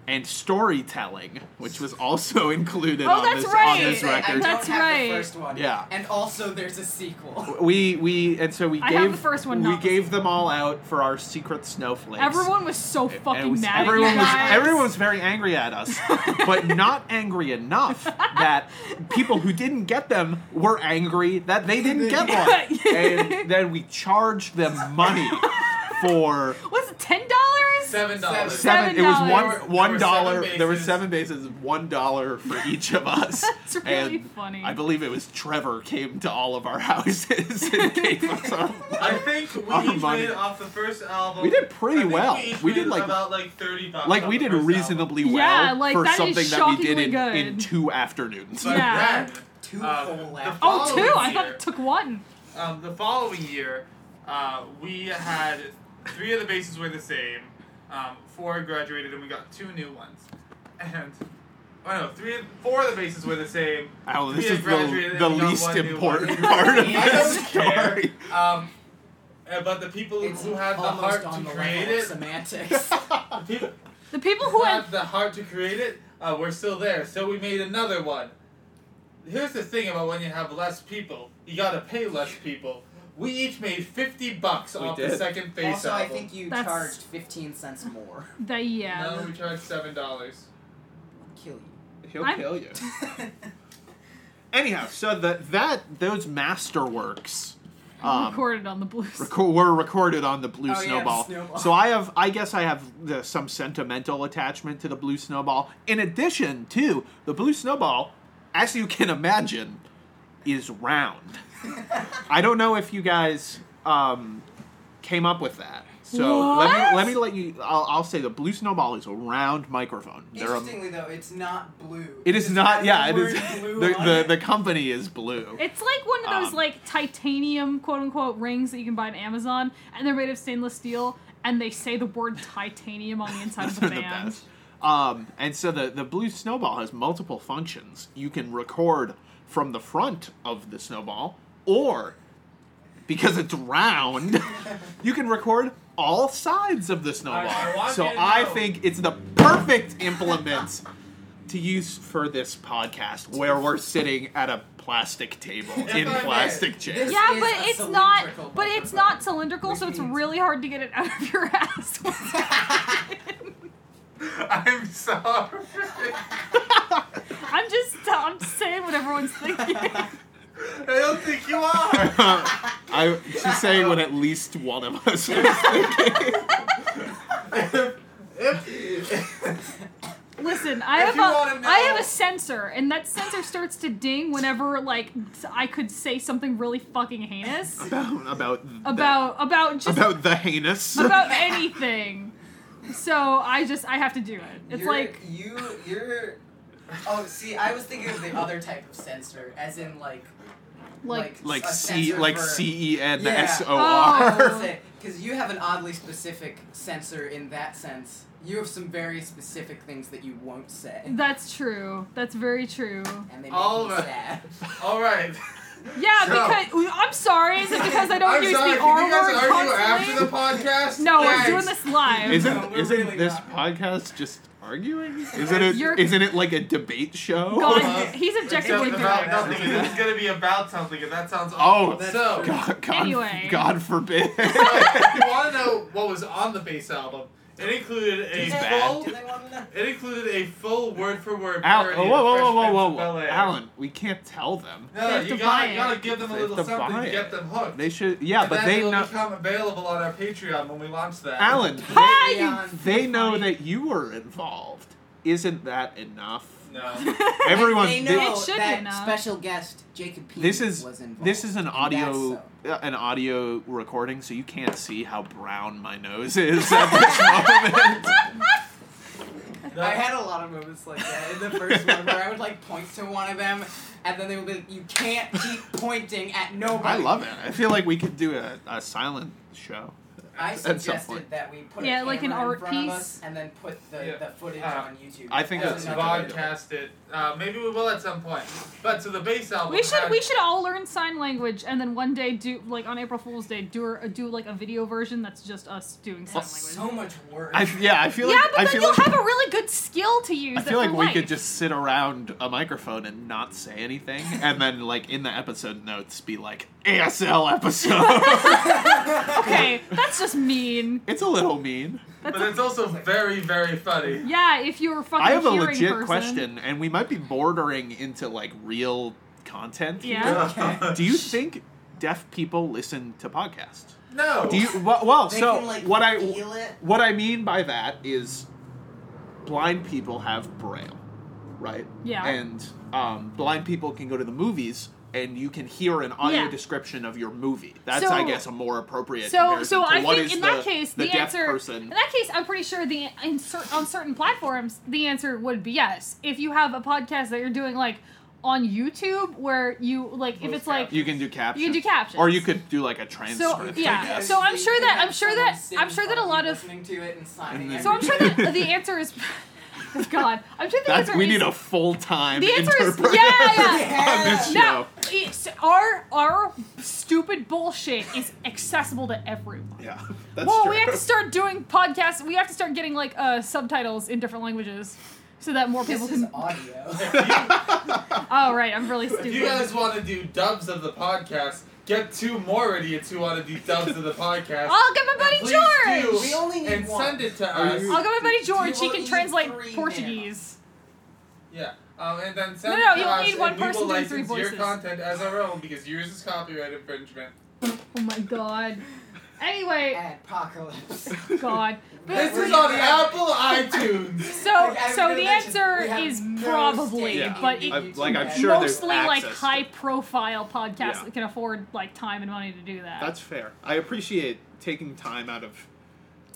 Speaker 4: and storytelling, which was also included
Speaker 3: Oh,
Speaker 4: on,
Speaker 3: that's
Speaker 4: this,
Speaker 2: I
Speaker 4: on
Speaker 3: right.
Speaker 4: this
Speaker 2: say, I
Speaker 4: record.
Speaker 2: don't
Speaker 3: That's
Speaker 2: have
Speaker 3: right.
Speaker 2: The first one.
Speaker 4: Yeah.
Speaker 2: And also, there's a sequel.
Speaker 4: we we and so we
Speaker 3: I
Speaker 4: gave
Speaker 3: have the first one,
Speaker 4: we
Speaker 3: not the
Speaker 4: gave them all out for our secret snowflakes.
Speaker 3: everyone was so
Speaker 4: And it
Speaker 3: fucking
Speaker 4: was-
Speaker 3: mad
Speaker 4: Everyone
Speaker 3: at you guys.
Speaker 4: was everyone was very angry at us, but not angry enough that people who didn't get them were angry that they didn't get one. And then we charged them money for
Speaker 3: Was it ten dollars?
Speaker 1: Seven dollars.
Speaker 4: seven. It was
Speaker 3: There
Speaker 1: were-
Speaker 4: one
Speaker 1: there were
Speaker 4: one
Speaker 1: seven
Speaker 4: dollar. There were
Speaker 1: bases.
Speaker 4: seven bases, one dollar for each of us.
Speaker 3: That's really
Speaker 4: and
Speaker 3: funny.
Speaker 4: I believe it was Trevor came to all of our houses and gave us our
Speaker 1: I think we
Speaker 4: Our
Speaker 1: each
Speaker 4: money.
Speaker 1: made off the first album.
Speaker 4: We did pretty
Speaker 1: I think
Speaker 4: well.
Speaker 1: We, each
Speaker 4: We did,
Speaker 1: made
Speaker 4: like-
Speaker 1: about like thirty bucks.
Speaker 4: like
Speaker 1: off
Speaker 4: we
Speaker 1: the
Speaker 4: did
Speaker 1: first
Speaker 4: reasonably well
Speaker 3: Yeah, like,
Speaker 4: for
Speaker 3: that is
Speaker 4: something that we did in,
Speaker 3: shockingly
Speaker 4: in
Speaker 3: good.
Speaker 4: two afternoons.
Speaker 1: Album. But
Speaker 3: Yeah.
Speaker 1: then,
Speaker 2: Two
Speaker 1: Uh,
Speaker 2: whole
Speaker 1: the
Speaker 2: albums.
Speaker 1: fuck?
Speaker 3: Oh, two.
Speaker 1: Following
Speaker 3: I thought
Speaker 1: year.
Speaker 3: it took one.
Speaker 1: um, the following year, uh, we had three of the bases were the same. Um, four graduated, and we got two new ones. And oh no, three, four of the bases were the same.
Speaker 4: Oh, this
Speaker 1: Three
Speaker 4: is
Speaker 1: graduated
Speaker 4: the,
Speaker 1: and
Speaker 4: the
Speaker 1: we got
Speaker 4: least
Speaker 1: one new
Speaker 4: important
Speaker 1: one.
Speaker 4: part of
Speaker 2: I
Speaker 4: this
Speaker 1: don't care.
Speaker 4: story.
Speaker 1: Um, uh, but the people
Speaker 2: It's
Speaker 1: who had the
Speaker 2: almost
Speaker 1: heart
Speaker 2: on
Speaker 1: to
Speaker 2: the
Speaker 1: create
Speaker 2: level of
Speaker 1: it,
Speaker 2: semantics.
Speaker 1: the people
Speaker 3: The people
Speaker 1: who
Speaker 3: who
Speaker 1: had
Speaker 3: have
Speaker 1: the heart to create it, uh, were still there. So we made another one. Here's the thing about when you have less people, you gotta pay less people. We each made fifty bucks
Speaker 5: We
Speaker 1: off the
Speaker 5: did.
Speaker 1: second face
Speaker 2: also, I
Speaker 1: album.
Speaker 2: think you
Speaker 3: That's-
Speaker 2: charged 15 cents more.
Speaker 3: the yeah.
Speaker 1: No, we charged seven dollars.
Speaker 2: Kill you.
Speaker 4: He'll
Speaker 3: I'm-
Speaker 4: kill you. Anyhow, so that that those masterworks
Speaker 3: Oh
Speaker 4: um,
Speaker 3: recorded on the blues.
Speaker 4: reco- were recorded on the Blue
Speaker 2: Oh, yeah,
Speaker 4: Snowball.
Speaker 2: Snowball.
Speaker 4: So I have, I guess, I have the, some sentimental attachment to the Blue Snowball. In addition to the Blue Snowball, as you can imagine, is round. I don't know if you guys um, came up with that. So let
Speaker 3: What?
Speaker 4: me let me let you. I'll, I'll say the Blue Snowball is a round microphone. They're a-
Speaker 2: Interestingly, though, it's not blue.
Speaker 4: it is
Speaker 2: It's got
Speaker 4: not. Yeah, it
Speaker 2: the
Speaker 4: is.
Speaker 2: word blue
Speaker 4: The,
Speaker 2: on
Speaker 4: the,
Speaker 2: it.
Speaker 4: the company is blue.
Speaker 3: It's like one of those
Speaker 4: Um,
Speaker 3: like titanium quote unquote rings that you can buy on Amazon, and they're made of stainless steel, and they say the word titanium on the inside of the
Speaker 4: They're
Speaker 3: band.
Speaker 4: Um, and so the the blue snowball has multiple functions. You can record from the front of the snowball, or because it's round, you can record all sides of the snowball.
Speaker 1: I want
Speaker 4: so
Speaker 1: you to
Speaker 4: I
Speaker 1: know-
Speaker 4: think it's the perfect implement to use for this podcast, where we're sitting at a plastic table in
Speaker 1: I may,
Speaker 4: plastic chairs.
Speaker 2: this
Speaker 3: yeah,
Speaker 2: is
Speaker 3: but
Speaker 2: a
Speaker 3: it's not.
Speaker 2: cylindrical
Speaker 3: But it's not cylindrical,
Speaker 2: Which
Speaker 3: so it's
Speaker 2: means-
Speaker 3: really hard to get it out of your ass.
Speaker 1: I'm sorry.
Speaker 3: I'm just. I'm just saying what everyone's thinking.
Speaker 1: I don't think you are.
Speaker 4: I, she's saying what at least one of us is thinking.
Speaker 3: Listen, I
Speaker 1: If
Speaker 3: have
Speaker 1: you wanna
Speaker 3: a
Speaker 1: know-
Speaker 3: I have a sensor, and that sensor starts to ding whenever like I could say something really fucking heinous
Speaker 4: about about the-
Speaker 3: about about just about,
Speaker 4: about the heinous.
Speaker 3: anything. So I just I have to do it. It's
Speaker 2: You're-
Speaker 3: like
Speaker 2: you. You're. Oh, see, I was thinking of the other type of censor, as in like
Speaker 3: like,
Speaker 4: like
Speaker 2: a
Speaker 4: C,
Speaker 2: censor
Speaker 4: like
Speaker 2: for-
Speaker 4: C E N
Speaker 2: Yeah.
Speaker 4: S O
Speaker 3: Oh.
Speaker 4: R.
Speaker 2: Because you have an oddly specific censor in that sense. You have some very specific things that you won't say,
Speaker 3: that's true. That's very true.
Speaker 2: and they make
Speaker 1: All
Speaker 2: me
Speaker 1: of it.
Speaker 2: sad.
Speaker 1: All right.
Speaker 3: Yeah,
Speaker 1: So-
Speaker 3: because ooh, I'm sorry. Is it because I don't
Speaker 1: I'm
Speaker 3: use
Speaker 1: sorry.
Speaker 3: the
Speaker 1: Can
Speaker 3: R
Speaker 1: you guys
Speaker 3: word
Speaker 1: argue
Speaker 3: constantly?
Speaker 1: after the podcast?
Speaker 3: no,
Speaker 1: Guys,
Speaker 3: we're doing this live.
Speaker 4: Isn't
Speaker 2: No, we're
Speaker 4: isn't
Speaker 2: really
Speaker 4: this
Speaker 2: not.
Speaker 4: podcast just arguing? Isn't it?
Speaker 3: You're-
Speaker 4: not it like a debate show?
Speaker 3: God, he's
Speaker 1: Except
Speaker 3: objectively
Speaker 1: about
Speaker 3: correct.
Speaker 1: nothing. This is gonna be about something, and that sounds
Speaker 4: Oh,
Speaker 1: awful.
Speaker 2: that's
Speaker 1: so
Speaker 2: true.
Speaker 4: God, God,
Speaker 3: Anyway.
Speaker 4: God forbid.
Speaker 1: if you want to know what was on the bass album, it included a
Speaker 4: He's
Speaker 1: full.
Speaker 4: bad.
Speaker 2: Do they want to know?
Speaker 1: It included a full word for word
Speaker 4: Al-
Speaker 1: parody.
Speaker 4: whoa,
Speaker 1: of
Speaker 4: whoa,
Speaker 1: Fresh
Speaker 4: whoa, whoa,
Speaker 1: Prince
Speaker 4: whoa,
Speaker 1: of
Speaker 4: whoa,
Speaker 1: Bel-Air.
Speaker 4: Alan, we can't tell them.
Speaker 1: No,
Speaker 3: They have
Speaker 1: you
Speaker 3: to buy
Speaker 1: gotta,
Speaker 3: it.
Speaker 1: you gotta give them a
Speaker 4: They have
Speaker 1: little
Speaker 4: to
Speaker 1: something
Speaker 4: buy
Speaker 1: to
Speaker 4: it.
Speaker 1: get them hooked.
Speaker 4: They should, yeah,
Speaker 1: and
Speaker 4: but
Speaker 1: then
Speaker 4: they
Speaker 1: it'll
Speaker 4: know.
Speaker 1: become available on our Patreon when we launch that.
Speaker 4: Alan,
Speaker 3: Hi,
Speaker 4: they-
Speaker 2: you
Speaker 4: they know
Speaker 2: funny.
Speaker 4: that you were involved. Isn't that enough?
Speaker 1: No.
Speaker 4: Everyone,
Speaker 2: They
Speaker 4: thi-
Speaker 2: know
Speaker 3: It should be
Speaker 2: that
Speaker 3: enough.
Speaker 2: special guest Jacob P.
Speaker 4: this is
Speaker 2: was involved.
Speaker 4: this is an
Speaker 2: and
Speaker 4: audio
Speaker 2: that's
Speaker 4: uh, an audio recording, so you can't see how brown my nose is at this moment.
Speaker 2: so- I had a lot of moments like that in the first one where I would like point to one of them, and then they would be like, "You can't keep pointing at nobody."
Speaker 4: I love it. I feel like we could do a, a silent show.
Speaker 2: I
Speaker 4: at some
Speaker 2: suggested
Speaker 4: point.
Speaker 2: that we put
Speaker 3: Yeah,
Speaker 2: a
Speaker 3: like an
Speaker 2: camera
Speaker 3: art
Speaker 2: in front
Speaker 3: piece.
Speaker 2: of us and then put the,
Speaker 1: Yeah.
Speaker 2: the footage
Speaker 1: Uh,
Speaker 2: on YouTube.
Speaker 4: I think
Speaker 1: Let's
Speaker 4: that's
Speaker 2: another way to do it.
Speaker 1: vodcast it. Uh, maybe we will at some point. But to the bass album.
Speaker 3: We should
Speaker 1: had-
Speaker 3: we should all learn sign language and then one day do like on April Fool's Day do a, do like a video version that's just us doing sign
Speaker 2: It's
Speaker 3: language.
Speaker 2: so much work.
Speaker 4: I, yeah, I feel
Speaker 3: yeah,
Speaker 4: like
Speaker 3: but
Speaker 4: I
Speaker 3: then
Speaker 4: feel
Speaker 3: you'll
Speaker 4: like,
Speaker 3: have a really good skill to use.
Speaker 4: I feel
Speaker 3: that
Speaker 4: like
Speaker 3: for
Speaker 4: we
Speaker 3: life.
Speaker 4: could just sit around a microphone and not say anything, and then like in the episode notes be like ASL episode.
Speaker 3: Okay, that's just mean.
Speaker 4: it's a little mean.
Speaker 1: But it's also very, very funny.
Speaker 3: Yeah, if you were a fucking
Speaker 4: I have a
Speaker 3: hearing
Speaker 4: legit
Speaker 3: person.
Speaker 4: question, and we might be bordering into like real content.
Speaker 3: Yeah.
Speaker 2: Okay.
Speaker 4: Do you think deaf people listen to podcasts?
Speaker 1: No.
Speaker 4: Do you? Well, well
Speaker 2: Oh. They
Speaker 4: so
Speaker 2: can, like,
Speaker 4: what I
Speaker 2: feel it.
Speaker 4: what I mean by that is blind people have braille, right?
Speaker 3: Yeah.
Speaker 4: And um, blind people can go to the movies. And you can hear an audio
Speaker 3: Yeah.
Speaker 4: description of your movie. That's,
Speaker 3: So-
Speaker 4: I guess, a more appropriate.
Speaker 3: So,
Speaker 4: comparison
Speaker 3: so
Speaker 4: to
Speaker 3: I
Speaker 4: what
Speaker 3: think
Speaker 4: is
Speaker 3: in
Speaker 4: the,
Speaker 3: that case, the,
Speaker 4: the, deaf
Speaker 3: answer. In
Speaker 4: person.
Speaker 3: that case, I'm pretty sure the in cer- on certain platforms, the answer would be yes. If you have a podcast that you're doing like on YouTube where you like if it's like
Speaker 4: You can do captions.
Speaker 3: You can do captions.
Speaker 4: Or you could do like a
Speaker 3: so
Speaker 4: transcript. I
Speaker 3: yeah.
Speaker 4: guess.
Speaker 3: So I'm sure that I'm
Speaker 2: Have
Speaker 3: sure
Speaker 2: someone
Speaker 3: that
Speaker 2: sit
Speaker 3: I'm
Speaker 2: in
Speaker 3: sure that
Speaker 2: front
Speaker 3: a
Speaker 2: you
Speaker 3: lot of
Speaker 2: listening to it and signing
Speaker 4: And then-
Speaker 3: so I'm sure that the answer is God. I'm sure the
Speaker 4: That's,
Speaker 3: answer
Speaker 4: we
Speaker 3: is
Speaker 4: need a full time
Speaker 3: The answer is-
Speaker 4: interpreter
Speaker 3: yeah, yeah.
Speaker 4: on this show.
Speaker 3: no. It's, our our stupid bullshit is accessible to everyone.
Speaker 4: Yeah, that's
Speaker 3: Well,
Speaker 4: true.
Speaker 3: we have to start doing podcasts. We have to start getting like uh, subtitles in different languages, so that more people
Speaker 2: This is
Speaker 3: can.
Speaker 2: audio.
Speaker 3: Oh right, I'm really
Speaker 1: If you
Speaker 3: stupid.
Speaker 1: guys want to do dubs of the podcast, get two more idiots who want to do dubs of the podcast.
Speaker 3: I'll get my
Speaker 1: Please
Speaker 3: buddy
Speaker 1: do,
Speaker 3: George.
Speaker 2: We only need
Speaker 1: and
Speaker 2: one.
Speaker 1: send it to
Speaker 4: Are
Speaker 1: us.
Speaker 4: you-
Speaker 3: I'll get my buddy George. He
Speaker 2: will
Speaker 3: can
Speaker 2: need three
Speaker 3: translate
Speaker 2: now.
Speaker 3: Portuguese.
Speaker 1: Yeah. Um, and then send
Speaker 3: No, no,
Speaker 1: it to
Speaker 3: you'll
Speaker 1: us,
Speaker 3: need
Speaker 1: and
Speaker 3: one
Speaker 1: we
Speaker 3: person
Speaker 1: will
Speaker 3: doing three
Speaker 1: license
Speaker 3: voices.
Speaker 1: your content as our own because yours is copyright infringement.
Speaker 3: Oh my god. Anyway,
Speaker 2: Apocalypse.
Speaker 3: God. But-
Speaker 1: This
Speaker 2: We're
Speaker 1: is on
Speaker 2: gonna-
Speaker 1: Apple iTunes.
Speaker 3: So,
Speaker 2: Like, I was
Speaker 3: so
Speaker 2: gonna
Speaker 3: the
Speaker 2: mention,
Speaker 3: answer
Speaker 2: we have
Speaker 3: is
Speaker 2: no
Speaker 3: probably,
Speaker 2: stake
Speaker 4: Yeah.
Speaker 2: in
Speaker 3: but
Speaker 2: the
Speaker 3: it,
Speaker 4: I-
Speaker 2: YouTube
Speaker 4: like, I'm
Speaker 2: ad.
Speaker 4: sure there's
Speaker 3: mostly like
Speaker 4: access to-
Speaker 3: high-profile podcasts
Speaker 4: Yeah.
Speaker 3: that can afford like time and money to do that.
Speaker 4: That's fair. I appreciate taking time out of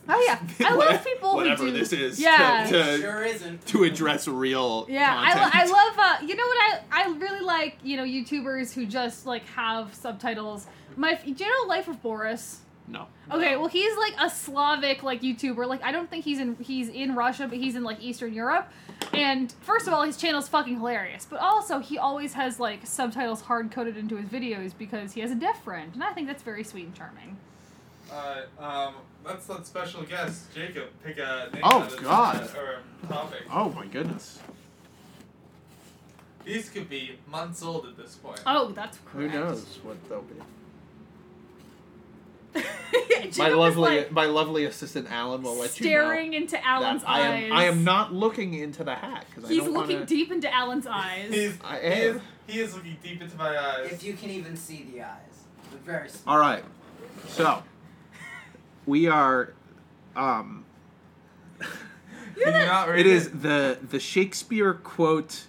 Speaker 3: oh yeah, I love
Speaker 4: what-
Speaker 3: people
Speaker 4: whatever
Speaker 3: who do
Speaker 4: this is.
Speaker 3: Yeah.
Speaker 4: To, to,
Speaker 2: It sure isn't.
Speaker 4: to address real.
Speaker 3: Yeah, I, lo-
Speaker 4: content.
Speaker 3: I love. Uh, you know what I I really like. You know, YouTubers who just like have subtitles. My f- do you know Life of Boris?
Speaker 4: No.
Speaker 3: Okay, well he's like a Slavic like YouTuber. Like I don't think he's in he's in Russia, but he's in like Eastern Europe. And first of all, his channel's fucking hilarious. But also, he always has like subtitles hard coded into his videos because he has a deaf friend, and I think that's very sweet and charming.
Speaker 1: Uh, um, let's let special guest Jacob pick a name
Speaker 4: Oh,
Speaker 1: out of this,
Speaker 4: God.
Speaker 1: uh, or a topic.
Speaker 4: Oh my goodness.
Speaker 1: These could be months old at this point.
Speaker 3: Oh, that's correct.
Speaker 4: what they'll be.
Speaker 3: Jacob
Speaker 4: My
Speaker 3: is,
Speaker 4: lovely,
Speaker 3: like,
Speaker 4: my lovely assistant Alan will let
Speaker 3: staring into
Speaker 4: you know
Speaker 3: Alan's
Speaker 4: that I am,
Speaker 3: eyes.
Speaker 4: I am not looking into the hat because I
Speaker 3: He's
Speaker 4: don't
Speaker 3: looking
Speaker 4: wanna,
Speaker 3: deep into Alan's eyes.
Speaker 1: He's,
Speaker 4: I
Speaker 1: he is
Speaker 4: am.
Speaker 1: he is looking deep into my eyes.
Speaker 2: If you can even see the eyes, they're very small.
Speaker 4: All right. So we are. Um,
Speaker 1: Can you not read
Speaker 4: it is the the Shakespeare quote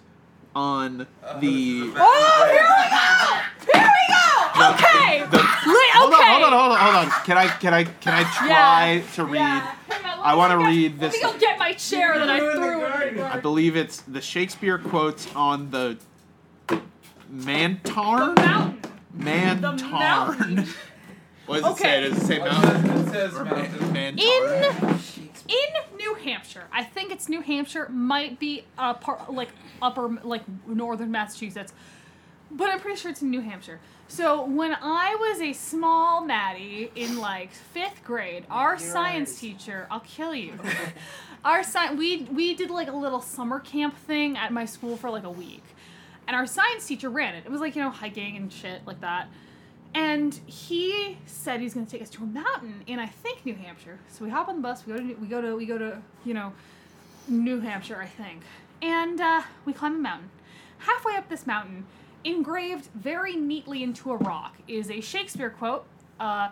Speaker 4: on
Speaker 1: Uh,
Speaker 4: the.
Speaker 3: Oh, here we go! Here we go! Okay!
Speaker 4: the-
Speaker 3: Li- okay.
Speaker 4: Hold on, hold on, hold on, hold on. Can I can I can I try to read?
Speaker 3: Yeah. Hang on, let
Speaker 4: I
Speaker 3: me
Speaker 4: wanna
Speaker 3: go get-
Speaker 4: read
Speaker 3: Let me
Speaker 4: this-
Speaker 3: go get my chair that I
Speaker 1: You're in the
Speaker 3: threw.
Speaker 1: garden.
Speaker 4: I believe it's the Shakespeare quotes on the Mantarn.
Speaker 3: Mountain. The
Speaker 4: Mantarn.
Speaker 3: mountain.
Speaker 4: What does
Speaker 3: Okay.
Speaker 4: it say? Does it say
Speaker 1: It
Speaker 4: mountain?
Speaker 1: says- it says
Speaker 4: Or
Speaker 1: mountain.
Speaker 4: man- mantarn?
Speaker 3: In
Speaker 2: Shakespeare.
Speaker 3: in New Hampshire, I think it's New Hampshire, might be uh, par- like upper like northern Massachusetts, but I'm pretty sure it's in New Hampshire. So when I was a small Maddie in like fifth grade, our
Speaker 2: you're
Speaker 3: science
Speaker 2: already-
Speaker 3: teacher, I'll kill you. our sci- we we did like a little summer camp thing at my school for like a week, and our science teacher ran it. It was like you know hiking and shit like that. And he said he's going to take us to a mountain in I think New Hampshire. So we hop on the bus. We go to we go to we go to you know New Hampshire, I think. And uh, we climb a mountain. Halfway up this mountain, engraved very neatly into a rock, is a Shakespeare quote: uh,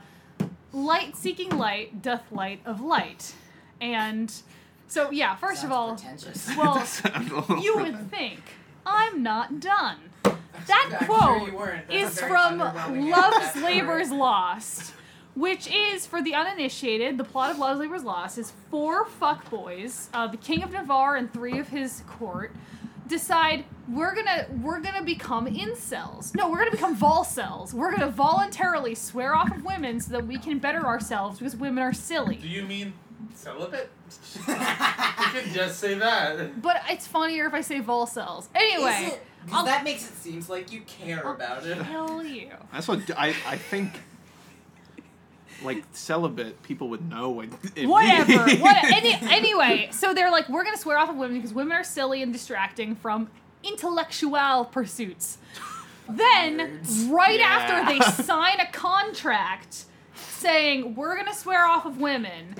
Speaker 3: "Light seeking light doth light of light." And so, yeah. First
Speaker 2: Sounds
Speaker 3: of all,
Speaker 2: pretentious.
Speaker 3: well,
Speaker 4: Sound a little
Speaker 3: you
Speaker 4: bit-
Speaker 3: would think I'm not done. That
Speaker 2: I'm sure
Speaker 3: quote
Speaker 2: you weren't. That's a
Speaker 3: is
Speaker 2: very
Speaker 3: from
Speaker 2: underwhelming
Speaker 3: Love's
Speaker 2: answer.
Speaker 3: Labor's Lost, which is, for the uninitiated, the plot of Love's Labor's Lost is four fuckboys, uh, the King of Navarre and three of his court, decide we're gonna we're gonna become incels. No, we're gonna become volcells. We're gonna voluntarily swear off of women so that we can better ourselves because women are
Speaker 1: Do
Speaker 3: silly.
Speaker 1: you mean celibate? you can just say that.
Speaker 3: But it's funnier if I say volcells. Anyway, Oh.
Speaker 2: Is it? 'Cause
Speaker 3: I'll-
Speaker 2: that makes it seems like you care
Speaker 3: I'll
Speaker 2: about it.
Speaker 3: Hell you.
Speaker 4: That's what I I think. Like celibate people would know when. if-
Speaker 3: whatever. what, any, anyway, so they're like, we're going to swear off of women because women are silly and distracting from intellectual pursuits. Then,
Speaker 2: Nerds.
Speaker 3: right
Speaker 4: Yeah.
Speaker 3: after they sign a contract saying, we're going to swear off of women.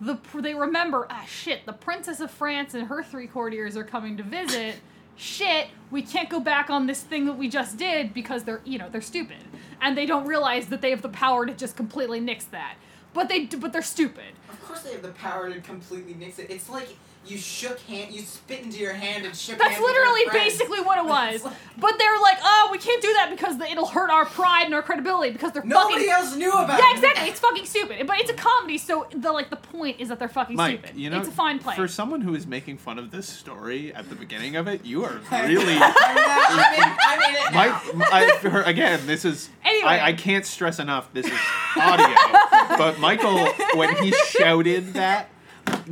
Speaker 3: The, pr- they remember, ah, shit, the Princess of France and her three courtiers are coming to visit. Shit, we can't go back on this thing that we just did because they're, you know, they're stupid. And they don't realize that they have the power to just completely nix that. But they, d- but they're stupid.
Speaker 2: course they have the power to completely nix it. It's like you shook hand, you spit into your hand and shook.
Speaker 3: That's
Speaker 2: hands with your
Speaker 3: literally
Speaker 2: friends.
Speaker 3: basically what it was.
Speaker 2: It's like-
Speaker 3: But they're like, oh, we can't do that because the, it'll hurt our pride and our credibility because they're
Speaker 2: Nobody
Speaker 3: fucking.
Speaker 2: else knew about
Speaker 3: Yeah,
Speaker 2: it.
Speaker 3: exactly. It's fucking stupid. But it's a comedy, so the like the point is that they're fucking
Speaker 4: Mike,
Speaker 3: stupid.
Speaker 4: you know,
Speaker 3: it's a fine play.
Speaker 4: for someone who is making fun of this story at the beginning of it, you are really.
Speaker 2: I know, I'm in, I'm in it now.
Speaker 4: Mike, I, for- again, this is.
Speaker 3: Anyway.
Speaker 4: I, I can't stress enough. This is audio, but Michael, when he shouted that,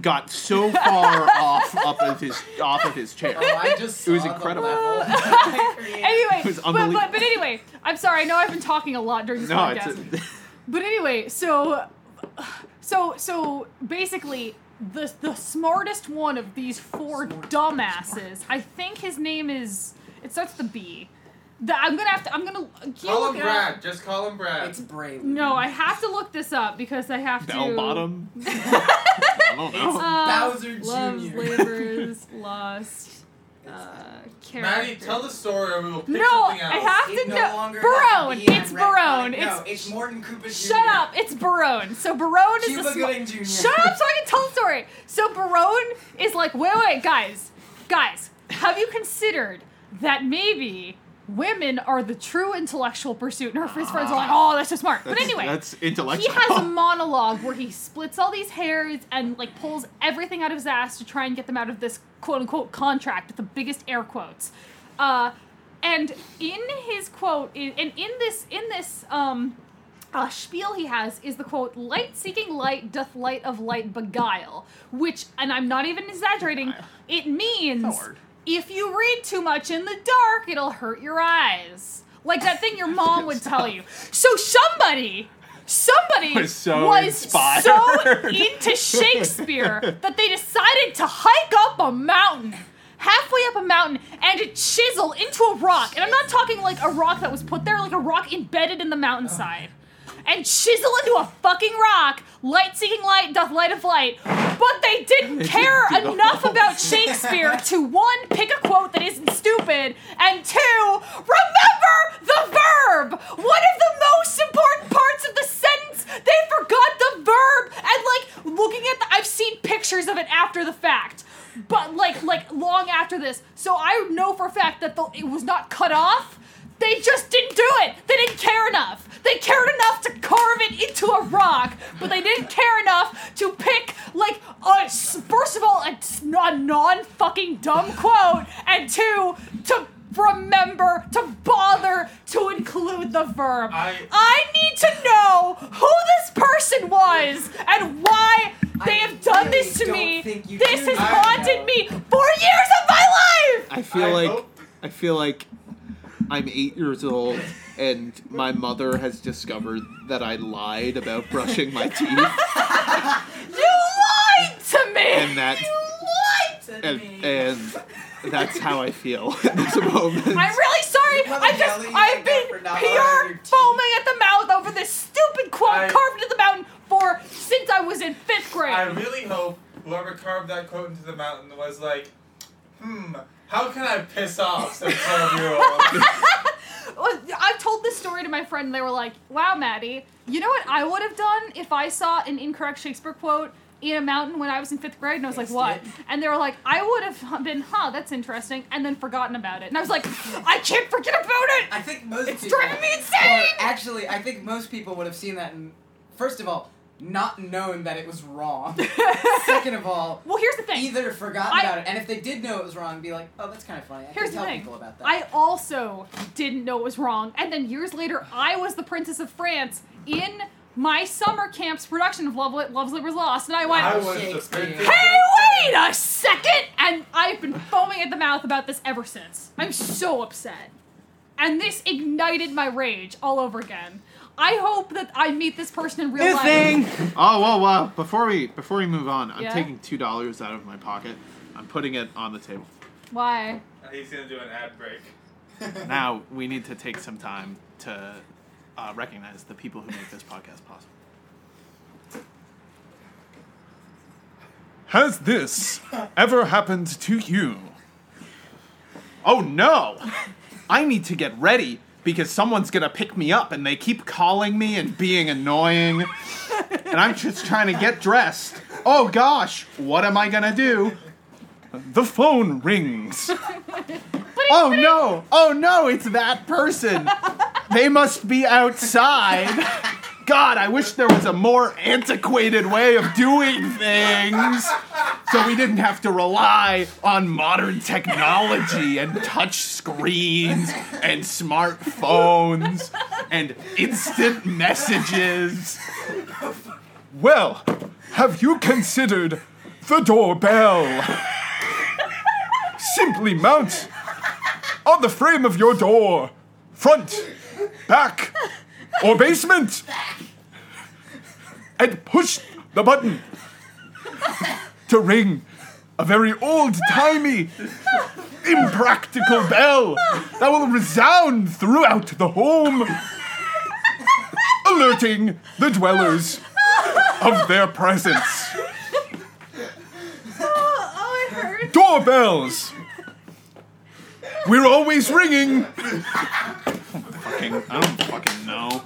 Speaker 4: got so far off up of his off of his chair.
Speaker 2: Oh, I just
Speaker 4: It was
Speaker 2: saw the
Speaker 4: incredible.
Speaker 2: level I created.
Speaker 3: anyway,
Speaker 4: It was
Speaker 3: but, but
Speaker 4: unbelievable.
Speaker 3: but anyway, I'm sorry. I know I've been talking a lot during this
Speaker 4: No,
Speaker 3: podcast.
Speaker 4: it's.
Speaker 3: But anyway, so so so basically the the smartest one of these four dumbasses. I think his name is it starts with a B. The, I'm gonna have to. I'm gonna. Can you
Speaker 1: Call
Speaker 3: look
Speaker 1: him
Speaker 3: it up?
Speaker 1: Brad. Just call him Brad.
Speaker 2: It's brave.
Speaker 3: No, I have to look this up because I have
Speaker 4: bell
Speaker 3: to.
Speaker 4: bottom. I don't know.
Speaker 3: Uh,
Speaker 2: Bowser
Speaker 3: Loves,
Speaker 2: Jr..
Speaker 3: labors, lost. Uh, character.
Speaker 1: Maddie, tell the story or we will pick
Speaker 3: No,
Speaker 1: something else.
Speaker 3: I have
Speaker 2: It
Speaker 3: to
Speaker 2: no
Speaker 3: know-
Speaker 2: longer
Speaker 3: Barone.
Speaker 2: has to be
Speaker 3: It's
Speaker 2: on red line.
Speaker 3: Barone.
Speaker 2: No,
Speaker 3: It's-
Speaker 2: it's Morton Cooper.
Speaker 3: Shut up! It's Barone. So Barone is
Speaker 2: Cuba
Speaker 3: the. sm-
Speaker 2: Gooding Jr.
Speaker 3: Shut up so I can tell the story. So Barone is like, wait, wait, guys, guys, have you considered that maybe women are the true intellectual pursuit? And her his friends are like, oh, that's so smart. but
Speaker 4: Ah. That's-
Speaker 3: anyway,
Speaker 4: that's intellectual.
Speaker 3: he has a monologue where he splits all these hairs and like pulls everything out of his ass to try and get them out of this quote unquote contract with the biggest air quotes. Uh, and in his quote, in, and in this in this um, uh, spiel he has is the quote light seeking light doth light of light beguile which and i'm not even exaggerating it means
Speaker 4: word.
Speaker 3: if you read too much in the dark it'll hurt your eyes like that thing your mom would tell you so somebody somebody
Speaker 4: Was so inspired.
Speaker 3: so into shakespeare that they decided to hike up a mountain halfway up a mountain and to chisel into a rock and i'm not talking like a rock that was put there like a rock embedded in the mountainside and chisel into a fucking rock. Light seeking light doth light of light. But they didn't care
Speaker 4: do the
Speaker 3: enough
Speaker 4: whole
Speaker 3: about Shakespeare to one, pick a quote that isn't stupid, and two, remember the verb! One of the most important parts of the sentence, they forgot the verb! And like looking at the I've seen pictures of it after the fact. But like like long after this. So I know for a fact that the, it was not cut off. They just didn't do it. They didn't care enough. They cared enough to carve it into a rock, but they didn't care enough to pick like a s- first of all a, s- a non fucking dumb quote, and two to remember to bother to include the verb.
Speaker 1: I-
Speaker 3: I need to know who this person was and why they
Speaker 2: I
Speaker 3: have done
Speaker 2: really
Speaker 3: this to
Speaker 2: don't
Speaker 3: me.
Speaker 2: think you
Speaker 3: This
Speaker 2: do
Speaker 3: has
Speaker 2: know.
Speaker 3: haunted me for years of my life.
Speaker 4: I feel
Speaker 1: I
Speaker 4: like
Speaker 1: hope-
Speaker 4: I feel like I'm eight years old and my mother has discovered that I lied about brushing my teeth
Speaker 3: You lied to me.
Speaker 4: and that
Speaker 3: What?
Speaker 4: and, and that's how I feel in this moment.
Speaker 3: I'm really sorry.
Speaker 2: Mother
Speaker 3: I just
Speaker 2: Jelly,
Speaker 3: I've
Speaker 2: you
Speaker 3: been
Speaker 2: got for not wearing your
Speaker 3: PR
Speaker 2: teeth.
Speaker 3: foaming at the mouth over this stupid quote
Speaker 1: I-
Speaker 3: carved into the mountain for since I was in fifth grade.
Speaker 1: I really hope whoever carved that quote into the mountain was like, hmm, how can I piss off some 12 year old?
Speaker 3: Well, I've told this story to my friend. and They were like, "Wow, Maddie, you know what I would have done if I saw an incorrect Shakespeare quote." In a mountain when I was in fifth grade, and I was like,
Speaker 2: Fixed
Speaker 3: "What?"
Speaker 2: it.
Speaker 3: And they were like, "I would have been, huh? That's interesting," and then forgotten about it. And I was like, "I can't forget about it.
Speaker 2: I think most
Speaker 3: It's
Speaker 2: people,
Speaker 3: driving me
Speaker 2: Well,
Speaker 3: insane."
Speaker 2: actually, I think most people would have seen that and, first of all, not known that it was wrong. Second of all,
Speaker 3: Well, here's the thing.
Speaker 2: either forgotten
Speaker 3: I-
Speaker 2: about it, and if they did know it was wrong, be like, oh, that's kind of funny. I
Speaker 3: Here's
Speaker 2: can
Speaker 3: the
Speaker 2: tell
Speaker 3: thing.
Speaker 2: people about that.
Speaker 3: I also didn't know it was wrong. And then years later, I was the Princess of France in my summer camp's production of Love, Love's Labor's Lost. And I went,
Speaker 1: I was the
Speaker 2: Shakespeare.
Speaker 1: biggest-
Speaker 3: hey, wait a second! And I've been foaming at the mouth about this ever since. I'm so upset. And this ignited my rage all over again. I hope that I meet this person in real life.
Speaker 4: Oh well, well. Before we before we move on, I'm
Speaker 3: Yeah?
Speaker 4: taking two dollars out of my pocket. I'm putting it on the table.
Speaker 3: Why?
Speaker 1: He's gonna do an ad break.
Speaker 4: Now we need to take some time to uh, recognize the people who make this podcast possible. Has this ever happened to you? Oh no! I need to get ready because someone's gonna pick me up and they keep calling me and being annoying. And I'm just trying to get dressed oh gosh, what am I gonna do? The phone rings. oh no, oh no, it's that person. They must be outside. God, I wish there was a more antiquated way of doing things so we didn't have to rely on modern technology and touch screens and smartphones and instant messages. Well, have you considered the doorbell? Simply mount on the frame of your door, front, back, or basement, and push the button to ring a very old timey, impractical bell that will resound throughout the home, alerting the dwellers of their presence.
Speaker 3: oh, it hurts.
Speaker 4: Doorbells! We're always ringing! I don't fucking know.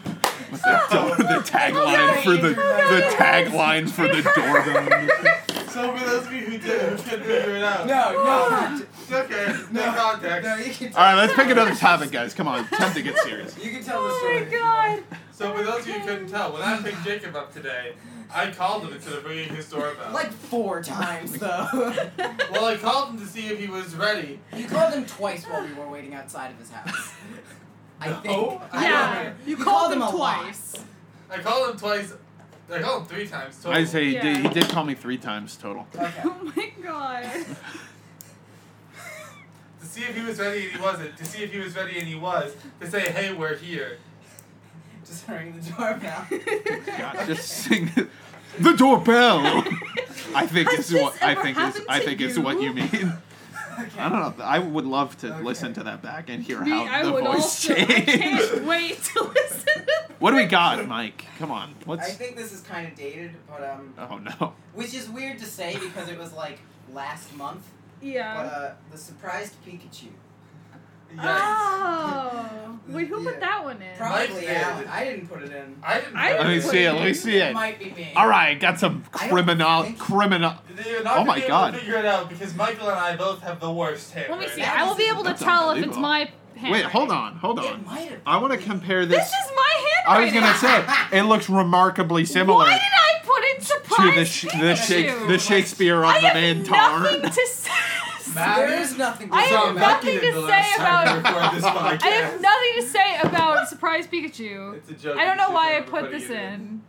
Speaker 4: What's that door- the tagline for the, the tagline for the doorbell?
Speaker 1: So for those of you who did, who couldn't figure it out,
Speaker 2: No, no,
Speaker 1: it's okay. No,
Speaker 2: no,
Speaker 1: context.
Speaker 2: no. You can tell.
Speaker 4: All right, let's pick another topic, guys. Come on, time to get serious.
Speaker 2: You can tell the
Speaker 3: Oh
Speaker 2: story.
Speaker 3: my god.
Speaker 1: So for those of you who couldn't tell, when I picked Jacob up today, I called him instead of ringing his doorbell.
Speaker 2: Like four times though.
Speaker 1: well, I called him to see if he was ready.
Speaker 2: you called him twice while we were waiting outside of his house. Oh, I think.
Speaker 1: No, I
Speaker 2: I don't
Speaker 1: Yeah,
Speaker 2: know.
Speaker 3: you
Speaker 2: called
Speaker 3: called
Speaker 2: him
Speaker 3: him
Speaker 2: a lot.
Speaker 3: twice.
Speaker 1: I called him twice. I called him three times total.
Speaker 4: I say he, did, he
Speaker 3: Yeah.
Speaker 4: did call me three times total.
Speaker 2: Okay.
Speaker 3: Oh my god.
Speaker 1: to see if he was ready and he wasn't. To see if he was ready and he was. To say, hey, we're here.
Speaker 2: Just ring the doorbell.
Speaker 4: God, just sing the doorbell. I think
Speaker 3: Has
Speaker 4: is what
Speaker 3: this
Speaker 4: I
Speaker 3: ever
Speaker 4: think is
Speaker 3: happened
Speaker 4: I
Speaker 3: to
Speaker 4: think is what you
Speaker 3: you?
Speaker 4: mean. I don't know. I would love to
Speaker 2: Okay.
Speaker 4: listen to that back and hear
Speaker 3: Me,
Speaker 4: how
Speaker 3: I
Speaker 4: the
Speaker 3: would
Speaker 4: voice
Speaker 3: also. I
Speaker 4: changed.
Speaker 3: can't wait to listen to that.
Speaker 4: what do we got, Mike? Come on.
Speaker 2: I
Speaker 4: What's
Speaker 2: think this is kind of dated, but um,
Speaker 4: Oh no.
Speaker 2: which is weird to say because it was like last month. But
Speaker 3: Yeah.
Speaker 2: uh, the surprised Pikachu.
Speaker 3: Ah.
Speaker 1: Yes.
Speaker 3: Oh. Wait, who
Speaker 2: Yeah.
Speaker 3: put that one in?
Speaker 1: Probably
Speaker 2: Probably
Speaker 1: did.
Speaker 2: Alan. I didn't put it in.
Speaker 1: I didn't.
Speaker 3: I
Speaker 4: Let me
Speaker 3: didn't
Speaker 4: see it. Let me see
Speaker 2: It
Speaker 4: it.
Speaker 2: might be me.
Speaker 4: All right, got some
Speaker 2: I don't
Speaker 4: criminal
Speaker 2: think-
Speaker 4: criminal.
Speaker 1: You're not
Speaker 4: Oh my
Speaker 1: gonna be able
Speaker 4: God.
Speaker 1: to figure it out because Michael and I both have the worst hair.
Speaker 3: Let me
Speaker 1: right
Speaker 3: see.
Speaker 1: now.
Speaker 3: I will be able to
Speaker 4: That's
Speaker 3: tell if it's
Speaker 4: unbelievable.
Speaker 3: my handwriting.
Speaker 4: Wait, hold on. Hold
Speaker 2: It
Speaker 4: on.
Speaker 2: might have.
Speaker 4: I want to compare this.
Speaker 3: This is my
Speaker 4: I was
Speaker 3: handwriting.
Speaker 4: gonna say it looks remarkably similar
Speaker 3: Why did I put in
Speaker 4: to
Speaker 3: surprise
Speaker 4: the sh- the,
Speaker 3: Pikachu?
Speaker 4: Shake- the Shakespeare on
Speaker 3: I
Speaker 4: the
Speaker 3: have
Speaker 4: Man
Speaker 3: nothing
Speaker 4: Tarn.
Speaker 3: to say.
Speaker 1: Matt,
Speaker 2: There is nothing. To
Speaker 3: I
Speaker 2: say
Speaker 3: have
Speaker 1: saw
Speaker 2: about
Speaker 1: Matt
Speaker 3: nothing
Speaker 1: did the
Speaker 3: to
Speaker 1: last
Speaker 3: say
Speaker 1: time we
Speaker 3: about-
Speaker 1: recorded this podcast.
Speaker 3: I have nothing to say about surprise Pikachu.
Speaker 1: It's a joke.
Speaker 3: I don't know
Speaker 1: You
Speaker 3: why I
Speaker 1: shouldn't
Speaker 3: put
Speaker 1: everybody
Speaker 3: this
Speaker 1: did it.
Speaker 3: in.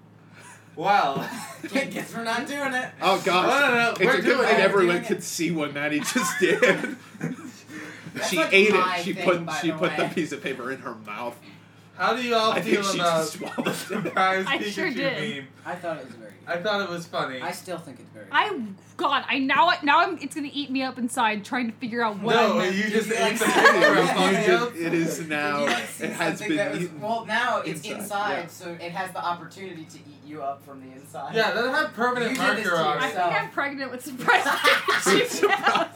Speaker 1: Well,
Speaker 2: I guess we're not doing it.
Speaker 4: Oh gosh!
Speaker 1: No, no, no,
Speaker 4: It's
Speaker 1: we're
Speaker 4: a
Speaker 1: doing
Speaker 4: good thing
Speaker 1: it.
Speaker 4: everyone
Speaker 2: Doing it.
Speaker 4: could see what Maddie just did.
Speaker 2: That's
Speaker 4: she
Speaker 2: like
Speaker 4: ate
Speaker 2: my
Speaker 4: it. She
Speaker 2: thing,
Speaker 4: put
Speaker 2: by
Speaker 4: she
Speaker 2: the
Speaker 4: put the
Speaker 2: way.
Speaker 4: piece of paper in her mouth.
Speaker 1: how do you all
Speaker 4: I
Speaker 1: feel
Speaker 4: think she
Speaker 1: about
Speaker 4: swallowed it.
Speaker 1: surprise
Speaker 3: I
Speaker 1: Pikachu
Speaker 3: sure did.
Speaker 1: meme?
Speaker 2: I thought it was very. Good.
Speaker 1: I thought it was funny.
Speaker 2: I still think it's very. Good.
Speaker 3: I God, I now now I'm it's gonna eat me up inside trying to figure out what
Speaker 1: no,
Speaker 3: I meant.
Speaker 1: you just
Speaker 2: You
Speaker 1: ate the
Speaker 2: like-
Speaker 1: picture of
Speaker 2: You
Speaker 1: Mario.
Speaker 4: It is- it is
Speaker 2: Did
Speaker 4: now.
Speaker 2: you like see
Speaker 4: It has
Speaker 2: something that
Speaker 4: been
Speaker 2: was-
Speaker 4: eaten.
Speaker 2: well, now it's
Speaker 4: Inside,
Speaker 2: inside,
Speaker 4: yeah.
Speaker 2: so it has the opportunity to eat you up from the inside.
Speaker 1: Yeah, that had permanent
Speaker 2: You did this
Speaker 1: marker
Speaker 2: to
Speaker 1: on
Speaker 3: I
Speaker 1: it.
Speaker 3: think I'm pregnant with surprise Pikachu. now.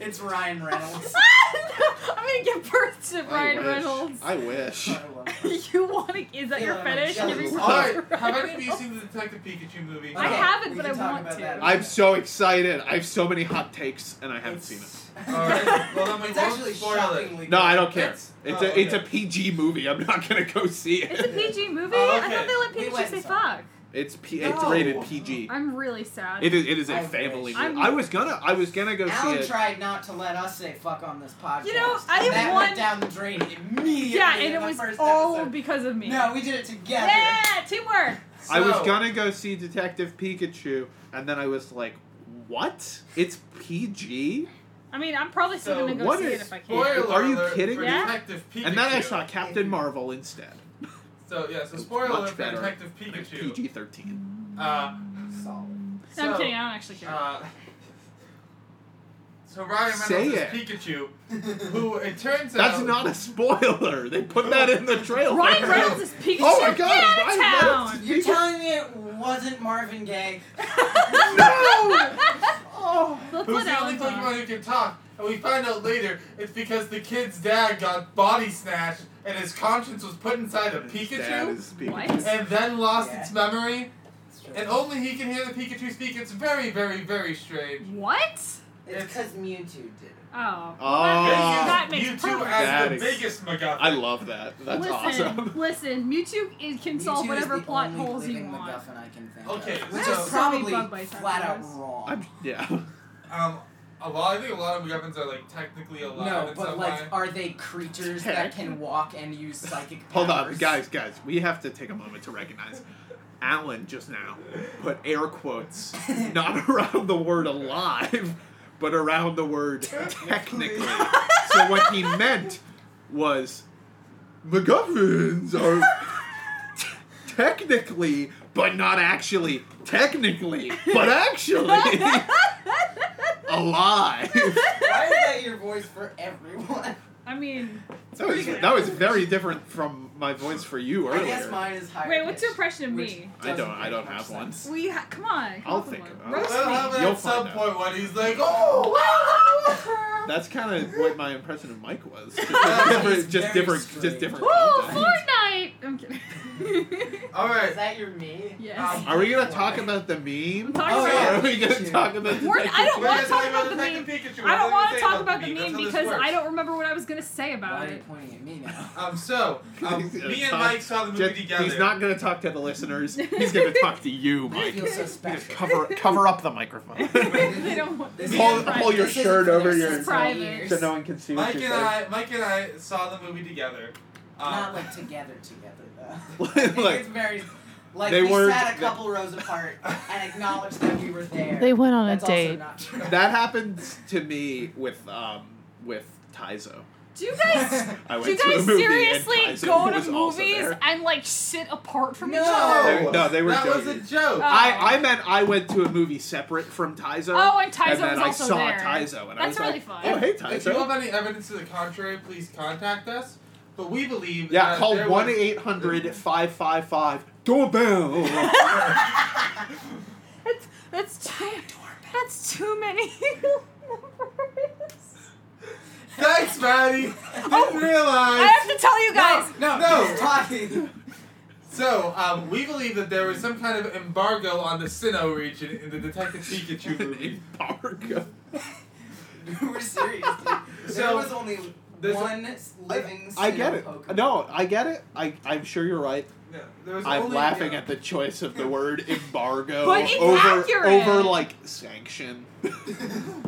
Speaker 2: It's Ryan Reynolds.
Speaker 3: I'm gonna give birth to Ryan
Speaker 4: wish.
Speaker 3: Reynolds.
Speaker 4: I wish.
Speaker 3: you want to? Is that your
Speaker 2: Yeah,
Speaker 3: fetish?
Speaker 2: I'm
Speaker 3: Giving
Speaker 2: jealous.
Speaker 3: birth
Speaker 1: All
Speaker 3: to
Speaker 1: right, have
Speaker 3: Ryan
Speaker 1: any of you
Speaker 3: Reynolds?
Speaker 1: seen the Detective Pikachu movie?
Speaker 3: I
Speaker 2: Okay,
Speaker 3: haven't,
Speaker 2: we
Speaker 3: but
Speaker 2: can
Speaker 3: I
Speaker 2: talk
Speaker 3: want
Speaker 2: about
Speaker 3: to.
Speaker 2: that.
Speaker 4: I'm so excited. I have so many hot takes, and I haven't seen it.
Speaker 1: All right. Well, then we
Speaker 2: it's
Speaker 1: won't
Speaker 2: actually
Speaker 1: spoil it.
Speaker 2: shockingly
Speaker 4: No, I
Speaker 2: good.
Speaker 4: don't care.
Speaker 1: It's-
Speaker 4: It's,
Speaker 1: oh,
Speaker 4: a it's a
Speaker 1: okay.
Speaker 4: PG movie. I'm not gonna go see
Speaker 3: It's a
Speaker 4: it.
Speaker 3: PG movie.
Speaker 1: Oh,
Speaker 3: I
Speaker 1: okay.
Speaker 3: thought
Speaker 2: We
Speaker 3: they
Speaker 2: went
Speaker 3: let Pikachu say
Speaker 2: and saw
Speaker 3: fuck.
Speaker 4: It's P, it's
Speaker 2: No.
Speaker 4: rated PG.
Speaker 3: I'm really sad.
Speaker 4: It is it is a
Speaker 2: I wish.
Speaker 4: family.
Speaker 3: I'm-
Speaker 4: movie. I was gonna I was gonna go
Speaker 2: Alan
Speaker 4: see it.
Speaker 2: tried not to let us say fuck on this podcast.
Speaker 3: You know, I
Speaker 2: and that
Speaker 3: have
Speaker 2: went
Speaker 3: one-
Speaker 2: down the drain immediately.
Speaker 3: yeah, and
Speaker 2: in
Speaker 3: it
Speaker 2: the
Speaker 3: was
Speaker 2: first
Speaker 3: all
Speaker 2: episode.
Speaker 3: because of me.
Speaker 2: No, we did it together.
Speaker 3: yeah, teamwork.
Speaker 4: I was
Speaker 1: So-
Speaker 4: gonna go see Detective Pikachu, and then I was like, "What? It's PG?
Speaker 3: I mean, I'm probably still
Speaker 1: So
Speaker 3: gonna go
Speaker 4: what
Speaker 3: see it
Speaker 4: is-
Speaker 3: if I can.
Speaker 1: Spoiler
Speaker 4: Are you
Speaker 1: alert
Speaker 4: kidding
Speaker 1: for
Speaker 3: me?
Speaker 1: Detective Pikachu.
Speaker 4: And then I saw Captain Marvel instead.
Speaker 1: So yeah, so spoiler
Speaker 4: Much
Speaker 1: alert for
Speaker 4: better.
Speaker 1: Detective Pikachu.
Speaker 4: PG thirteen.
Speaker 1: Uh,
Speaker 2: Solid.
Speaker 3: No, I'm
Speaker 1: so,
Speaker 3: kidding. I don't actually care.
Speaker 1: Uh, so Ryan
Speaker 4: Say
Speaker 1: Reynolds
Speaker 4: it.
Speaker 1: is Pikachu, who it turns
Speaker 4: That's
Speaker 1: out
Speaker 4: not a spoiler. They put that in the trailer.
Speaker 3: Ryan Reynolds is Pikachu.
Speaker 4: Oh my God,
Speaker 3: Get out of
Speaker 4: Ryan
Speaker 3: town.
Speaker 4: Reynolds-
Speaker 2: You're telling me it wasn't Marvin Gaye?
Speaker 4: No.
Speaker 2: Oh.
Speaker 3: Let's
Speaker 1: who's
Speaker 3: let
Speaker 1: the only
Speaker 3: Alan talk.
Speaker 1: Pokemon who can talk. And we find out later it's because the kid's dad got body snatched and his conscience was put inside a
Speaker 4: That
Speaker 1: Pikachu
Speaker 4: is Pikachu.
Speaker 3: What?
Speaker 1: and then lost
Speaker 2: Yeah.
Speaker 1: its memory. and only he can hear the Pikachu speak. It's very, very, very strange.
Speaker 3: What?
Speaker 2: It's because Mewtwo did it.
Speaker 3: Oh.
Speaker 4: Oh.
Speaker 3: that makes,
Speaker 1: Mewtwo
Speaker 3: that makes perfect.
Speaker 1: as
Speaker 4: That
Speaker 1: the
Speaker 4: is-
Speaker 1: biggest MacGuffin.
Speaker 4: I love that. That's
Speaker 3: listen,
Speaker 4: awesome.
Speaker 3: listen, Mewtwo is, can
Speaker 2: Mewtwo
Speaker 3: solve
Speaker 2: is
Speaker 3: whatever
Speaker 2: the
Speaker 3: plot
Speaker 2: only
Speaker 3: holes you
Speaker 2: living
Speaker 3: want.
Speaker 2: MacGuffin I can think
Speaker 1: Okay,
Speaker 2: of,
Speaker 1: so-
Speaker 2: which
Speaker 1: There's
Speaker 2: is
Speaker 1: so
Speaker 2: probably
Speaker 3: many Bug Bites
Speaker 2: flat out
Speaker 3: out there.
Speaker 2: wrong.
Speaker 4: I'm, yeah.
Speaker 1: Um, a lot. I think a lot of MacGuffins are like technically alive.
Speaker 2: no,
Speaker 1: in
Speaker 2: but
Speaker 1: some
Speaker 2: like,
Speaker 1: way.
Speaker 2: are they creatures that can walk and use psychic powers?
Speaker 4: Hold on, guys, guys. We have to take a moment to recognize Alan just now put air quotes not around the word alive, but around the word technically. so what he meant was MacGuffins are t- technically, but not actually, technically, but actually alive.
Speaker 2: Why is that your voice for everyone?
Speaker 3: I mean,
Speaker 4: That was, that was very different from my voice for you earlier.
Speaker 2: I guess mine is higher.
Speaker 3: wait, what's your
Speaker 2: pitched,
Speaker 3: impression of
Speaker 2: which
Speaker 3: me?
Speaker 4: I don't.
Speaker 2: doesn't
Speaker 4: I
Speaker 2: make
Speaker 4: don't
Speaker 2: much
Speaker 4: have one.
Speaker 2: sense.
Speaker 3: We ha- come on. Come
Speaker 4: I'll
Speaker 3: up with
Speaker 4: think
Speaker 3: one.
Speaker 4: about it.
Speaker 1: That'll
Speaker 3: Roast
Speaker 1: happen
Speaker 3: me.
Speaker 4: You'll
Speaker 1: at some
Speaker 4: find out.
Speaker 1: point when he's like, oh, wow.
Speaker 4: That's kind of what my impression of Mike was. Just
Speaker 2: He's
Speaker 4: different, just
Speaker 2: very
Speaker 4: different, just
Speaker 2: strange.
Speaker 4: different.
Speaker 3: Woo!
Speaker 4: content.
Speaker 3: Fortnite. I'm kidding.
Speaker 1: All
Speaker 2: Is
Speaker 1: right.
Speaker 2: that your me?
Speaker 3: Yes.
Speaker 2: Um,
Speaker 4: Are we gonna talk about the meme?
Speaker 3: Talk
Speaker 2: Oh,
Speaker 3: about
Speaker 2: yeah.
Speaker 4: Or Are we gonna
Speaker 2: Pikachu.
Speaker 4: talk about? the
Speaker 3: We're- I don't
Speaker 1: We're
Speaker 3: wanna
Speaker 1: gonna
Speaker 3: talk
Speaker 1: talk
Speaker 3: about the
Speaker 1: Detective Pikachu. We're
Speaker 3: I don't
Speaker 1: not
Speaker 3: want
Speaker 1: gonna
Speaker 3: to
Speaker 1: say
Speaker 3: talk
Speaker 1: about
Speaker 3: about
Speaker 1: the
Speaker 3: the meme
Speaker 1: That's how this
Speaker 3: because
Speaker 1: works.
Speaker 3: I don't remember what I was gonna say
Speaker 2: Why
Speaker 3: about
Speaker 2: are you
Speaker 3: it.
Speaker 2: pointing at me now?
Speaker 1: Um, so, um, me and Mike saw the movie
Speaker 4: Just-
Speaker 1: together.
Speaker 4: He's not gonna talk to the listeners. He's gonna talk to you,
Speaker 2: I
Speaker 4: Mike.
Speaker 2: feel so
Speaker 4: Just
Speaker 2: special.
Speaker 4: cover cover up the microphone.
Speaker 3: they don't want.
Speaker 2: This
Speaker 4: pull,
Speaker 2: is
Speaker 4: pull your
Speaker 2: this is
Speaker 4: shirt
Speaker 2: for
Speaker 4: over
Speaker 2: their
Speaker 4: your
Speaker 2: sensitive
Speaker 3: Private.
Speaker 2: ears.
Speaker 4: so no one can see what
Speaker 1: Mike
Speaker 4: you're
Speaker 1: and I, Mike and I saw the movie together. Um,
Speaker 3: Uh,
Speaker 2: Not like together, together though. I
Speaker 4: saying.
Speaker 2: think
Speaker 4: like,
Speaker 2: it's very like
Speaker 4: They
Speaker 2: we
Speaker 4: weren't-
Speaker 2: sat a couple rows apart and acknowledged that we were there.
Speaker 3: went on
Speaker 2: That's also not true.
Speaker 4: that happened to me with um with Tyzo.
Speaker 3: Do you guys?
Speaker 4: I went
Speaker 3: Do you
Speaker 4: to a
Speaker 3: guys
Speaker 4: movie and
Speaker 3: seriously
Speaker 4: Tyzo
Speaker 3: go
Speaker 4: was
Speaker 3: to
Speaker 4: also
Speaker 3: movies
Speaker 4: there.
Speaker 3: and like sit apart from
Speaker 2: No.
Speaker 3: each other?
Speaker 4: They- no, they were
Speaker 1: That was a
Speaker 4: joking.
Speaker 1: joke.
Speaker 3: Oh.
Speaker 4: I, I meant I went to a movie separate from Tyzo.
Speaker 3: Oh, and Tyzo
Speaker 4: and then
Speaker 3: was
Speaker 4: I
Speaker 3: also
Speaker 4: saw
Speaker 3: there.
Speaker 4: Tyzo, and I
Speaker 3: That's
Speaker 4: was
Speaker 3: really
Speaker 4: like,
Speaker 3: fun.
Speaker 4: "Oh, hey,
Speaker 1: if you have
Speaker 4: Tyzo."
Speaker 1: any evidence to the contrary, please contact us. But we believe
Speaker 4: Yeah,
Speaker 1: that
Speaker 4: call
Speaker 1: there
Speaker 4: one
Speaker 1: was-
Speaker 4: eight hundred five five five doorbell.
Speaker 3: That's that's too that's too many. numbers.
Speaker 1: Thanks, Maddie. Didn't
Speaker 3: I
Speaker 1: realize.
Speaker 3: have to tell you guys.
Speaker 2: no,
Speaker 1: No.
Speaker 2: he's talking.
Speaker 1: So, um, we believe that there was some kind of embargo on the Sinnoh region in the Detective Pikachu movie.
Speaker 4: Embargo.
Speaker 2: we're serious. Dude. there
Speaker 1: So,
Speaker 2: was only
Speaker 1: there's a-
Speaker 2: one living.
Speaker 4: I
Speaker 2: single
Speaker 4: get it.
Speaker 2: Pokemon.
Speaker 4: No, I get it. I, I'm sure you're right.
Speaker 1: Yeah, there was
Speaker 4: I'm
Speaker 1: only,
Speaker 4: laughing
Speaker 1: yeah.
Speaker 4: at the choice of the word embargo
Speaker 3: But it's
Speaker 4: over
Speaker 3: accurate.
Speaker 4: over like sanction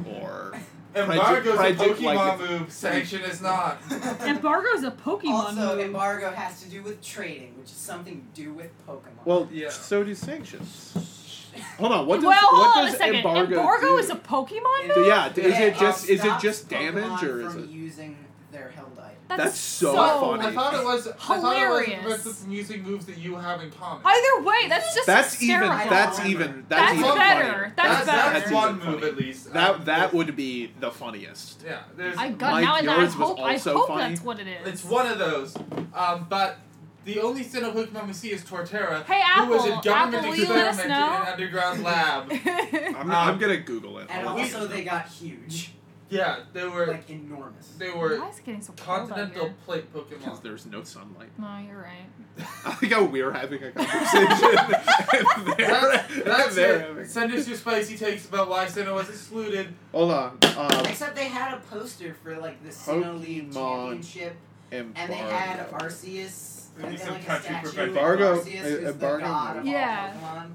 Speaker 4: or
Speaker 1: Embargo's
Speaker 4: Project-
Speaker 1: a
Speaker 4: Project
Speaker 1: Pokemon
Speaker 4: like
Speaker 1: move. Sanction is not.
Speaker 3: Embargo's a Pokemon.
Speaker 2: Also,
Speaker 3: move.
Speaker 2: embargo has to do with trading, which is something to do with Pokemon.
Speaker 4: well,
Speaker 1: Yeah.
Speaker 4: so do sanctions. Hold on. What does
Speaker 3: well, hold
Speaker 4: what
Speaker 3: on
Speaker 4: does
Speaker 3: a second.
Speaker 4: embargo? do?
Speaker 3: is a Pokemon
Speaker 2: It-
Speaker 3: move.
Speaker 4: So yeah, d- is
Speaker 2: Yeah,
Speaker 4: it just is it
Speaker 2: stops
Speaker 4: just damage
Speaker 2: Pokemon
Speaker 4: or is
Speaker 2: from
Speaker 4: it?
Speaker 2: using their held item?
Speaker 3: That's,
Speaker 4: That's so funny.
Speaker 1: I thought it was. I thought it was
Speaker 3: Hilarious.
Speaker 1: with the music moves that you have in common.
Speaker 3: Either way, that's just
Speaker 4: That's even
Speaker 3: hysterical.
Speaker 2: steroid.
Speaker 4: that's
Speaker 2: I don't remember.
Speaker 4: even
Speaker 3: That's
Speaker 4: that's, even
Speaker 1: better.
Speaker 4: funnier.
Speaker 1: that's,
Speaker 3: That's better.
Speaker 1: that's
Speaker 4: even
Speaker 1: one move
Speaker 4: funnier.
Speaker 1: at least.
Speaker 4: That
Speaker 1: Um,
Speaker 4: that would be the funniest.
Speaker 1: Yeah, there's.
Speaker 3: I got
Speaker 4: Mike,
Speaker 3: now and I
Speaker 4: yours was
Speaker 3: hope I
Speaker 4: also
Speaker 3: hope
Speaker 4: funny.
Speaker 3: that's what it is.
Speaker 1: It's one of those. Um, but the only Sinnoh Pokemon we see is Torterra,
Speaker 3: Hey,
Speaker 1: who was
Speaker 3: Apple.
Speaker 1: a government
Speaker 3: Apple, will you let us
Speaker 1: experiment in an
Speaker 3: know?
Speaker 1: underground lab.
Speaker 4: I'm,
Speaker 1: Um,
Speaker 4: I'm gonna Google it.
Speaker 2: And
Speaker 4: Hold on.
Speaker 2: also, they got huge,
Speaker 1: yeah, they were
Speaker 2: like enormous.
Speaker 1: they
Speaker 3: Why
Speaker 1: were
Speaker 3: is it getting so cold out
Speaker 1: continental
Speaker 3: here?
Speaker 1: plate
Speaker 4: because
Speaker 1: Pokemon.
Speaker 4: there's no sunlight.
Speaker 3: No, you're right.
Speaker 4: I like how we're having a conversation. and they're-
Speaker 1: That's, that's
Speaker 4: they're
Speaker 1: it.
Speaker 4: having-
Speaker 1: Send us your spicy takes about why Sinnoh was excluded.
Speaker 4: Hold on. Um,
Speaker 2: Except they had a poster for like the Sinnoh League
Speaker 4: Pokemon
Speaker 2: Championship, and they had
Speaker 4: embargo.
Speaker 2: Arceus,
Speaker 1: Maybe
Speaker 2: and
Speaker 1: some
Speaker 2: like a
Speaker 1: country
Speaker 2: statue of
Speaker 1: preventing
Speaker 4: Embargo-
Speaker 2: Arceus, who's the
Speaker 4: embargo
Speaker 2: god of
Speaker 3: move. Yeah.
Speaker 2: all Pokemon.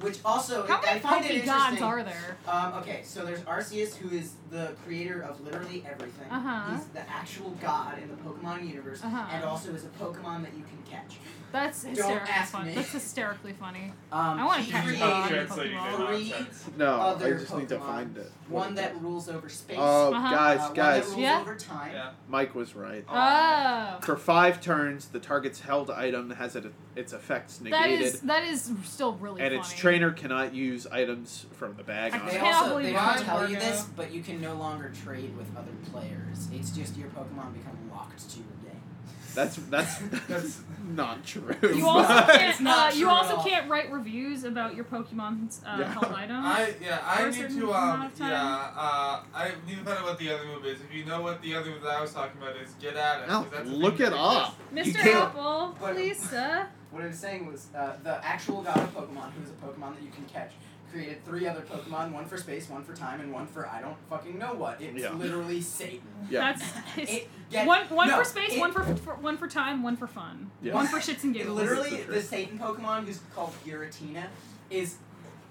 Speaker 2: Which also,
Speaker 3: How
Speaker 2: I
Speaker 3: many
Speaker 2: find it
Speaker 3: Pokemon gods
Speaker 2: interesting.
Speaker 3: are there?
Speaker 2: Um, okay, so there's Arceus, who is the creator of literally everything.
Speaker 3: Uh-huh.
Speaker 2: He's the actual god in the Pokemon universe,
Speaker 3: Uh-huh.
Speaker 2: and also is a Pokemon that you can catch.
Speaker 3: That's
Speaker 2: Don't
Speaker 3: hysterically
Speaker 2: ask
Speaker 3: funny.
Speaker 2: me.
Speaker 3: That's hysterically funny.
Speaker 2: Um,
Speaker 3: I want
Speaker 2: he
Speaker 3: to catch a
Speaker 2: created
Speaker 1: I'm
Speaker 3: Pokemon.
Speaker 1: translating
Speaker 3: Pokemon.
Speaker 1: that
Speaker 2: three-
Speaker 1: nonsense.
Speaker 4: No, Oh, I
Speaker 2: other
Speaker 4: just need to
Speaker 2: Pokemon,
Speaker 4: find it.
Speaker 2: One that rules over space.
Speaker 4: Oh,
Speaker 3: Uh-huh.
Speaker 4: guys,
Speaker 2: uh, One that
Speaker 4: guys,
Speaker 2: rules
Speaker 3: Yeah.
Speaker 2: over time.
Speaker 1: Yeah.
Speaker 4: Mike was right.
Speaker 3: Oh,
Speaker 4: For five turns, the target's held item has it, its effects
Speaker 3: that
Speaker 4: negated,
Speaker 3: is that is still really
Speaker 4: and
Speaker 3: funny.
Speaker 4: its trainer cannot use items from the bag
Speaker 3: I
Speaker 4: on
Speaker 2: They
Speaker 4: it.
Speaker 3: can't
Speaker 2: also
Speaker 3: believe
Speaker 2: they
Speaker 3: it.
Speaker 2: don't tell you
Speaker 1: Embargo.
Speaker 2: this, but you can no longer trade with other players. It's just your Pokemon become locked to your game.
Speaker 4: That's that's that's not true.
Speaker 3: You also
Speaker 4: but-
Speaker 2: It's
Speaker 3: can't. Uh,
Speaker 2: not
Speaker 3: you
Speaker 2: true at
Speaker 3: also
Speaker 2: all.
Speaker 3: can't write reviews about your Pokemon's uh,
Speaker 4: Yeah.
Speaker 3: held items.
Speaker 1: I yeah, I
Speaker 3: For a
Speaker 1: need
Speaker 3: certain
Speaker 1: to
Speaker 3: amount
Speaker 1: um
Speaker 3: of time.
Speaker 1: yeah, uh I need to find out what the other move is. If you know what the other move that I was talking about is, get at it.
Speaker 4: No,
Speaker 1: 'cause that's the
Speaker 4: look
Speaker 1: thing
Speaker 4: it
Speaker 1: that
Speaker 4: up.
Speaker 1: exists.
Speaker 4: You
Speaker 3: Mr.
Speaker 4: can't-
Speaker 3: Apple,
Speaker 2: But-
Speaker 3: Lisa,
Speaker 2: What I was saying was uh, the actual god of Pokemon, who's a Pokemon that you can catch, created three other Pokemon, one for space, one for time, and one for I don't fucking know what. It's
Speaker 4: Yeah.
Speaker 2: literally Satan.
Speaker 4: Yeah.
Speaker 3: That's his,
Speaker 2: It get-
Speaker 3: one one
Speaker 2: no,
Speaker 3: for space,
Speaker 2: it-
Speaker 3: one for, for one for time, one for fun,
Speaker 4: Yeah.
Speaker 3: one for shits and
Speaker 2: It
Speaker 3: giggles.
Speaker 2: literally,
Speaker 4: That's the
Speaker 2: the
Speaker 4: truth.
Speaker 2: Satan Pokemon, who's called Giratina, is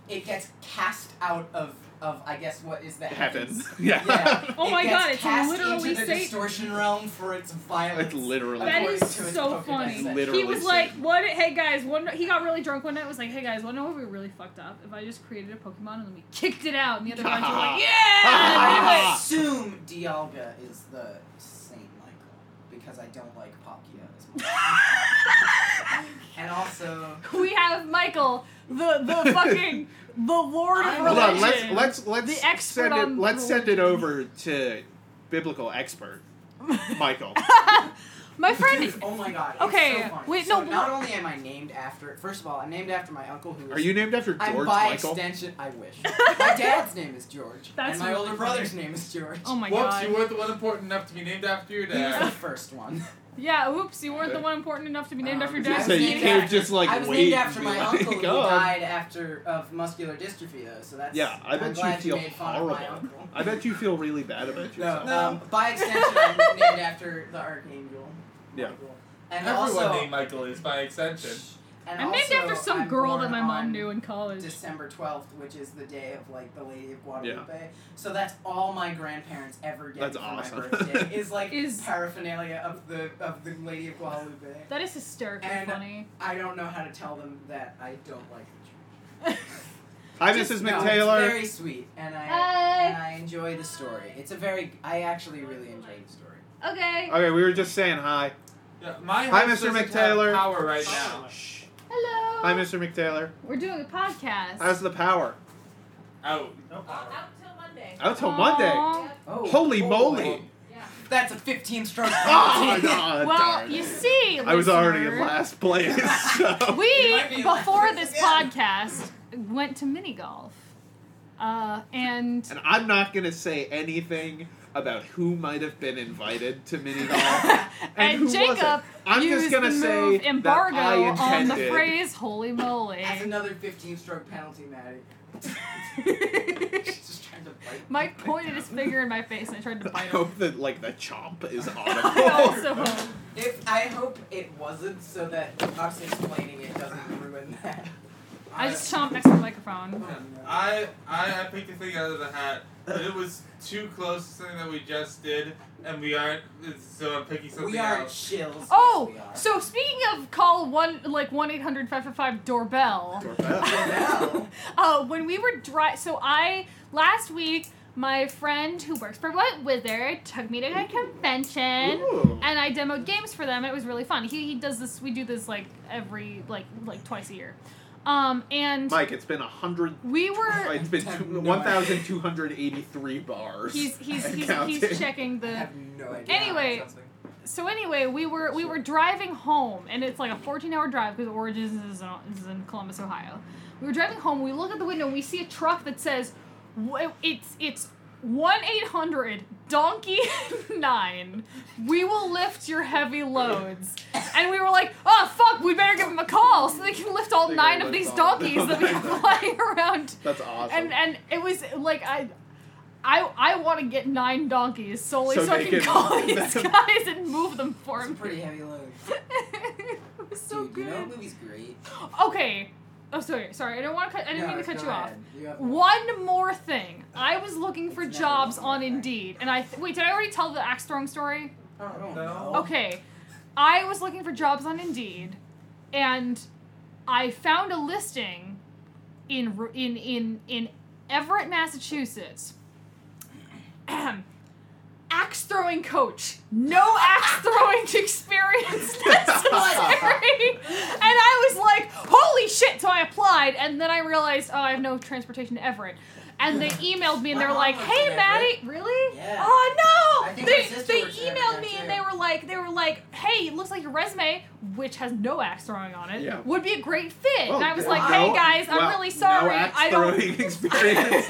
Speaker 2: it gets cast out of of I guess what is the
Speaker 4: Heaven.
Speaker 2: heavens.
Speaker 4: Yeah.
Speaker 2: Yeah.
Speaker 3: Oh
Speaker 2: it
Speaker 3: my
Speaker 2: gets
Speaker 3: God, it's
Speaker 2: cast
Speaker 3: literally
Speaker 2: into the
Speaker 3: Satan.
Speaker 2: distortion realm for its violence.
Speaker 4: It's literally.
Speaker 3: That
Speaker 2: According
Speaker 3: is
Speaker 2: to his
Speaker 3: so
Speaker 2: Pokedex
Speaker 3: funny.
Speaker 2: entry.
Speaker 4: Literally
Speaker 3: he was
Speaker 4: said-
Speaker 3: like, "What? Hey guys, one." He got really drunk one night. and Was like, "Hey guys, want to know if we really fucked up? If I just created a Pokemon and then we kicked it out, and the other guys were like,
Speaker 2: I
Speaker 3: yeah."
Speaker 2: assume Dialga is the Saint Michael because I don't like Palkia as much. and also,
Speaker 3: we have Michael, the the fucking the Lord of
Speaker 2: I'm-
Speaker 4: Hold on. Let's
Speaker 3: Religion.
Speaker 4: let's let's
Speaker 3: The expert
Speaker 4: send
Speaker 3: on
Speaker 4: it. Let's send it
Speaker 3: religion.
Speaker 4: over to biblical expert Michael.
Speaker 3: My friend.
Speaker 2: Dude, oh my god.
Speaker 3: Okay,
Speaker 2: It's so funny.
Speaker 3: wait,
Speaker 2: So
Speaker 3: no,
Speaker 2: Not
Speaker 3: but-
Speaker 2: only am I named after, first of all, I'm named after my uncle who is.
Speaker 4: Are you named after George
Speaker 2: I'm by
Speaker 4: Michael?
Speaker 2: extension. I wish. My dad's name is George. and
Speaker 3: That's
Speaker 2: my
Speaker 3: really
Speaker 2: older
Speaker 3: funny.
Speaker 2: brother's name is George.
Speaker 3: Oh my
Speaker 1: Whoops,
Speaker 3: god.
Speaker 1: you weren't the one important enough to be named after your
Speaker 2: He was
Speaker 1: dad.
Speaker 2: the first one.
Speaker 3: yeah. Oops. You weren't the one important enough to be
Speaker 2: Um,
Speaker 3: named after your
Speaker 2: I
Speaker 3: dad.
Speaker 2: was
Speaker 4: so you
Speaker 2: named
Speaker 4: can't
Speaker 2: after-
Speaker 4: just like
Speaker 2: I was
Speaker 4: wait
Speaker 2: named
Speaker 4: and
Speaker 2: after
Speaker 4: be
Speaker 2: my
Speaker 4: like,
Speaker 2: uncle who
Speaker 4: "Oh,
Speaker 2: died after of muscular dystrophy though, so that's
Speaker 4: Yeah, I
Speaker 2: I'm
Speaker 4: bet you
Speaker 2: glad
Speaker 4: feel
Speaker 2: made fun of my
Speaker 4: horrible.
Speaker 2: uncle.
Speaker 4: I bet you feel really bad about
Speaker 2: No,
Speaker 4: yourself.
Speaker 2: um, by extension, I'm named after the archangel.
Speaker 4: Yeah.
Speaker 2: Michael. And
Speaker 1: Everyone
Speaker 2: also,
Speaker 1: named Michael is by extension.
Speaker 2: and
Speaker 3: I'm named
Speaker 2: also,
Speaker 3: after some
Speaker 2: I'm
Speaker 3: girl
Speaker 2: born
Speaker 3: that my mom
Speaker 2: on
Speaker 3: knew in college.
Speaker 2: December 12th, which is the day of like the Lady of Guadalupe. So that's all my grandparents ever get
Speaker 4: That's
Speaker 2: for
Speaker 4: awesome.
Speaker 2: my birthday is like
Speaker 3: Is-
Speaker 2: paraphernalia of the of the Lady of Guadalupe.
Speaker 3: That is hysterically
Speaker 2: And-
Speaker 3: funny.
Speaker 2: I don't know how to tell them that I don't like the church.
Speaker 4: Hi,
Speaker 2: Just-
Speaker 4: Mrs.
Speaker 2: no, it's
Speaker 4: McTaylor.
Speaker 2: very sweet, and I
Speaker 3: Hi.
Speaker 2: and I enjoy the story. It's a very I actually really enjoy the story.
Speaker 3: Okay.
Speaker 4: okay, we were just saying hi.
Speaker 1: Yeah, my
Speaker 4: Hi,
Speaker 1: house
Speaker 4: Mr.
Speaker 1: doesn't have
Speaker 4: McTaylor.
Speaker 1: Power right now.
Speaker 4: Shh.
Speaker 3: Hello.
Speaker 4: Hi, Mr. McTaylor.
Speaker 3: We're doing a podcast.
Speaker 4: How's the power?
Speaker 1: Out.
Speaker 6: Out till Monday.
Speaker 4: Out till
Speaker 3: Aw.
Speaker 4: Monday.
Speaker 2: Oh,
Speaker 4: Holy
Speaker 2: boy.
Speaker 4: moly!
Speaker 6: Yeah.
Speaker 2: That's a 15 stroke.
Speaker 4: Oh, God,
Speaker 3: Well,
Speaker 4: darn
Speaker 3: you
Speaker 4: it.
Speaker 3: see,
Speaker 4: I was already in
Speaker 3: listener,
Speaker 4: last place. So.
Speaker 2: You
Speaker 3: We
Speaker 2: might be in
Speaker 3: before
Speaker 2: last
Speaker 3: this
Speaker 2: again.
Speaker 3: podcast went to mini golf, uh, and
Speaker 4: and I'm not gonna say anything about who might have been invited to mini golf.
Speaker 3: and
Speaker 4: who
Speaker 3: Jacob
Speaker 4: wasn't. I'm
Speaker 3: used
Speaker 4: just gonna
Speaker 3: the
Speaker 4: say
Speaker 3: move
Speaker 4: that
Speaker 3: embargo
Speaker 4: I
Speaker 3: on the
Speaker 4: intended-
Speaker 3: phrase "holy moly."
Speaker 2: That's another 15 stroke penalty, Maddie. She's just trying to bite. me.
Speaker 3: Mike pointed his finger in my face and I tried to
Speaker 4: I
Speaker 3: bite him.
Speaker 4: hope that like the chomp is
Speaker 3: I
Speaker 4: audible.
Speaker 3: also
Speaker 2: If I hope it wasn't, so that us explaining it doesn't ruin that. Oh,
Speaker 3: I just chomped next to the microphone.
Speaker 1: Yeah. I, I I picked a thing out of the hat, but it was too close to something that we just did, and we aren't. So I'm picking something
Speaker 2: we are
Speaker 1: else.
Speaker 2: chills.
Speaker 3: Oh,
Speaker 2: yes,
Speaker 3: so speaking of call one like one 555 doorbell.
Speaker 2: we are. Well,
Speaker 3: Uh, when we were dry, so I last week my friend who works for What Wizard took me to a convention.
Speaker 4: Ooh.
Speaker 3: And I demoed games for them. It was really fun. He, he does this. We do this like every like like twice a year. Um, and
Speaker 4: Mike, it's been a hundred.
Speaker 3: we were.
Speaker 4: It's been
Speaker 2: I have
Speaker 4: two-
Speaker 2: no
Speaker 4: 1,283 bars.
Speaker 3: He's he's
Speaker 4: and
Speaker 3: he's,
Speaker 4: counting.
Speaker 3: he's checking
Speaker 2: I
Speaker 3: the.
Speaker 2: have no idea.
Speaker 3: Anyway, So anyway, we were we were driving home, and it's like a 14 hour drive because Origins is in, is in Columbus, Ohio. We were driving home. We look at the window. and We see a truck that says, w- "It's it's one eight hundred donkey nine. We will lift your heavy loads." And we were like, "Oh fuck, we better give them a call so they can lift all
Speaker 4: They can
Speaker 3: nine of
Speaker 4: lift
Speaker 3: these
Speaker 4: all of them.
Speaker 3: donkeys that we have flying around."
Speaker 4: That's awesome.
Speaker 3: And and it was like I. I, I want to get nine donkeys solely so,
Speaker 4: So
Speaker 3: I
Speaker 4: they
Speaker 3: can,
Speaker 4: can-
Speaker 3: call these guys and move them for
Speaker 2: It's a
Speaker 3: me.
Speaker 2: pretty heavy load.
Speaker 3: it was so
Speaker 2: Dude, you know what
Speaker 3: good.
Speaker 2: movie's great?
Speaker 3: Okay. Oh, sorry. Sorry. I don't want to cut. I didn't
Speaker 2: No,
Speaker 3: mean to cut
Speaker 2: go
Speaker 3: you off.
Speaker 2: ahead. You have-
Speaker 3: One more thing. I was looking for
Speaker 2: It's never
Speaker 3: jobs
Speaker 2: one more
Speaker 3: on
Speaker 2: thing.
Speaker 3: Indeed, and I th- wait. Did I already tell the axe throwing story?
Speaker 1: I don't
Speaker 2: know. Oh.
Speaker 3: Okay. I was looking for jobs on Indeed, and I found a listing in Ru- in in in Everett, Massachusetts. axe throwing coach. No axe throwing experience necessary. and I was like, holy shit! So I applied, and then I realized, oh, I have no transportation to Everett. And they emailed me and
Speaker 2: My
Speaker 3: they were
Speaker 2: mom
Speaker 3: like,
Speaker 2: lives
Speaker 3: "Hey,
Speaker 2: in
Speaker 3: Maddie, really?
Speaker 2: Yeah.
Speaker 3: Oh no!"
Speaker 2: I think my
Speaker 3: They,
Speaker 2: sister
Speaker 3: they
Speaker 2: works in
Speaker 3: emailed
Speaker 2: Everett
Speaker 3: me
Speaker 2: too.
Speaker 3: and they were like, they were like, "Hey, it looks like your resume, which has no axe throwing on it,
Speaker 4: Yeah.
Speaker 3: would be a great fit."
Speaker 4: Well,
Speaker 3: and I was
Speaker 4: no-
Speaker 3: like, "Hey
Speaker 4: no-
Speaker 3: guys,
Speaker 4: Oh, well,
Speaker 3: I'm really sorry.
Speaker 4: No axe
Speaker 3: I don't."
Speaker 4: throwing experience.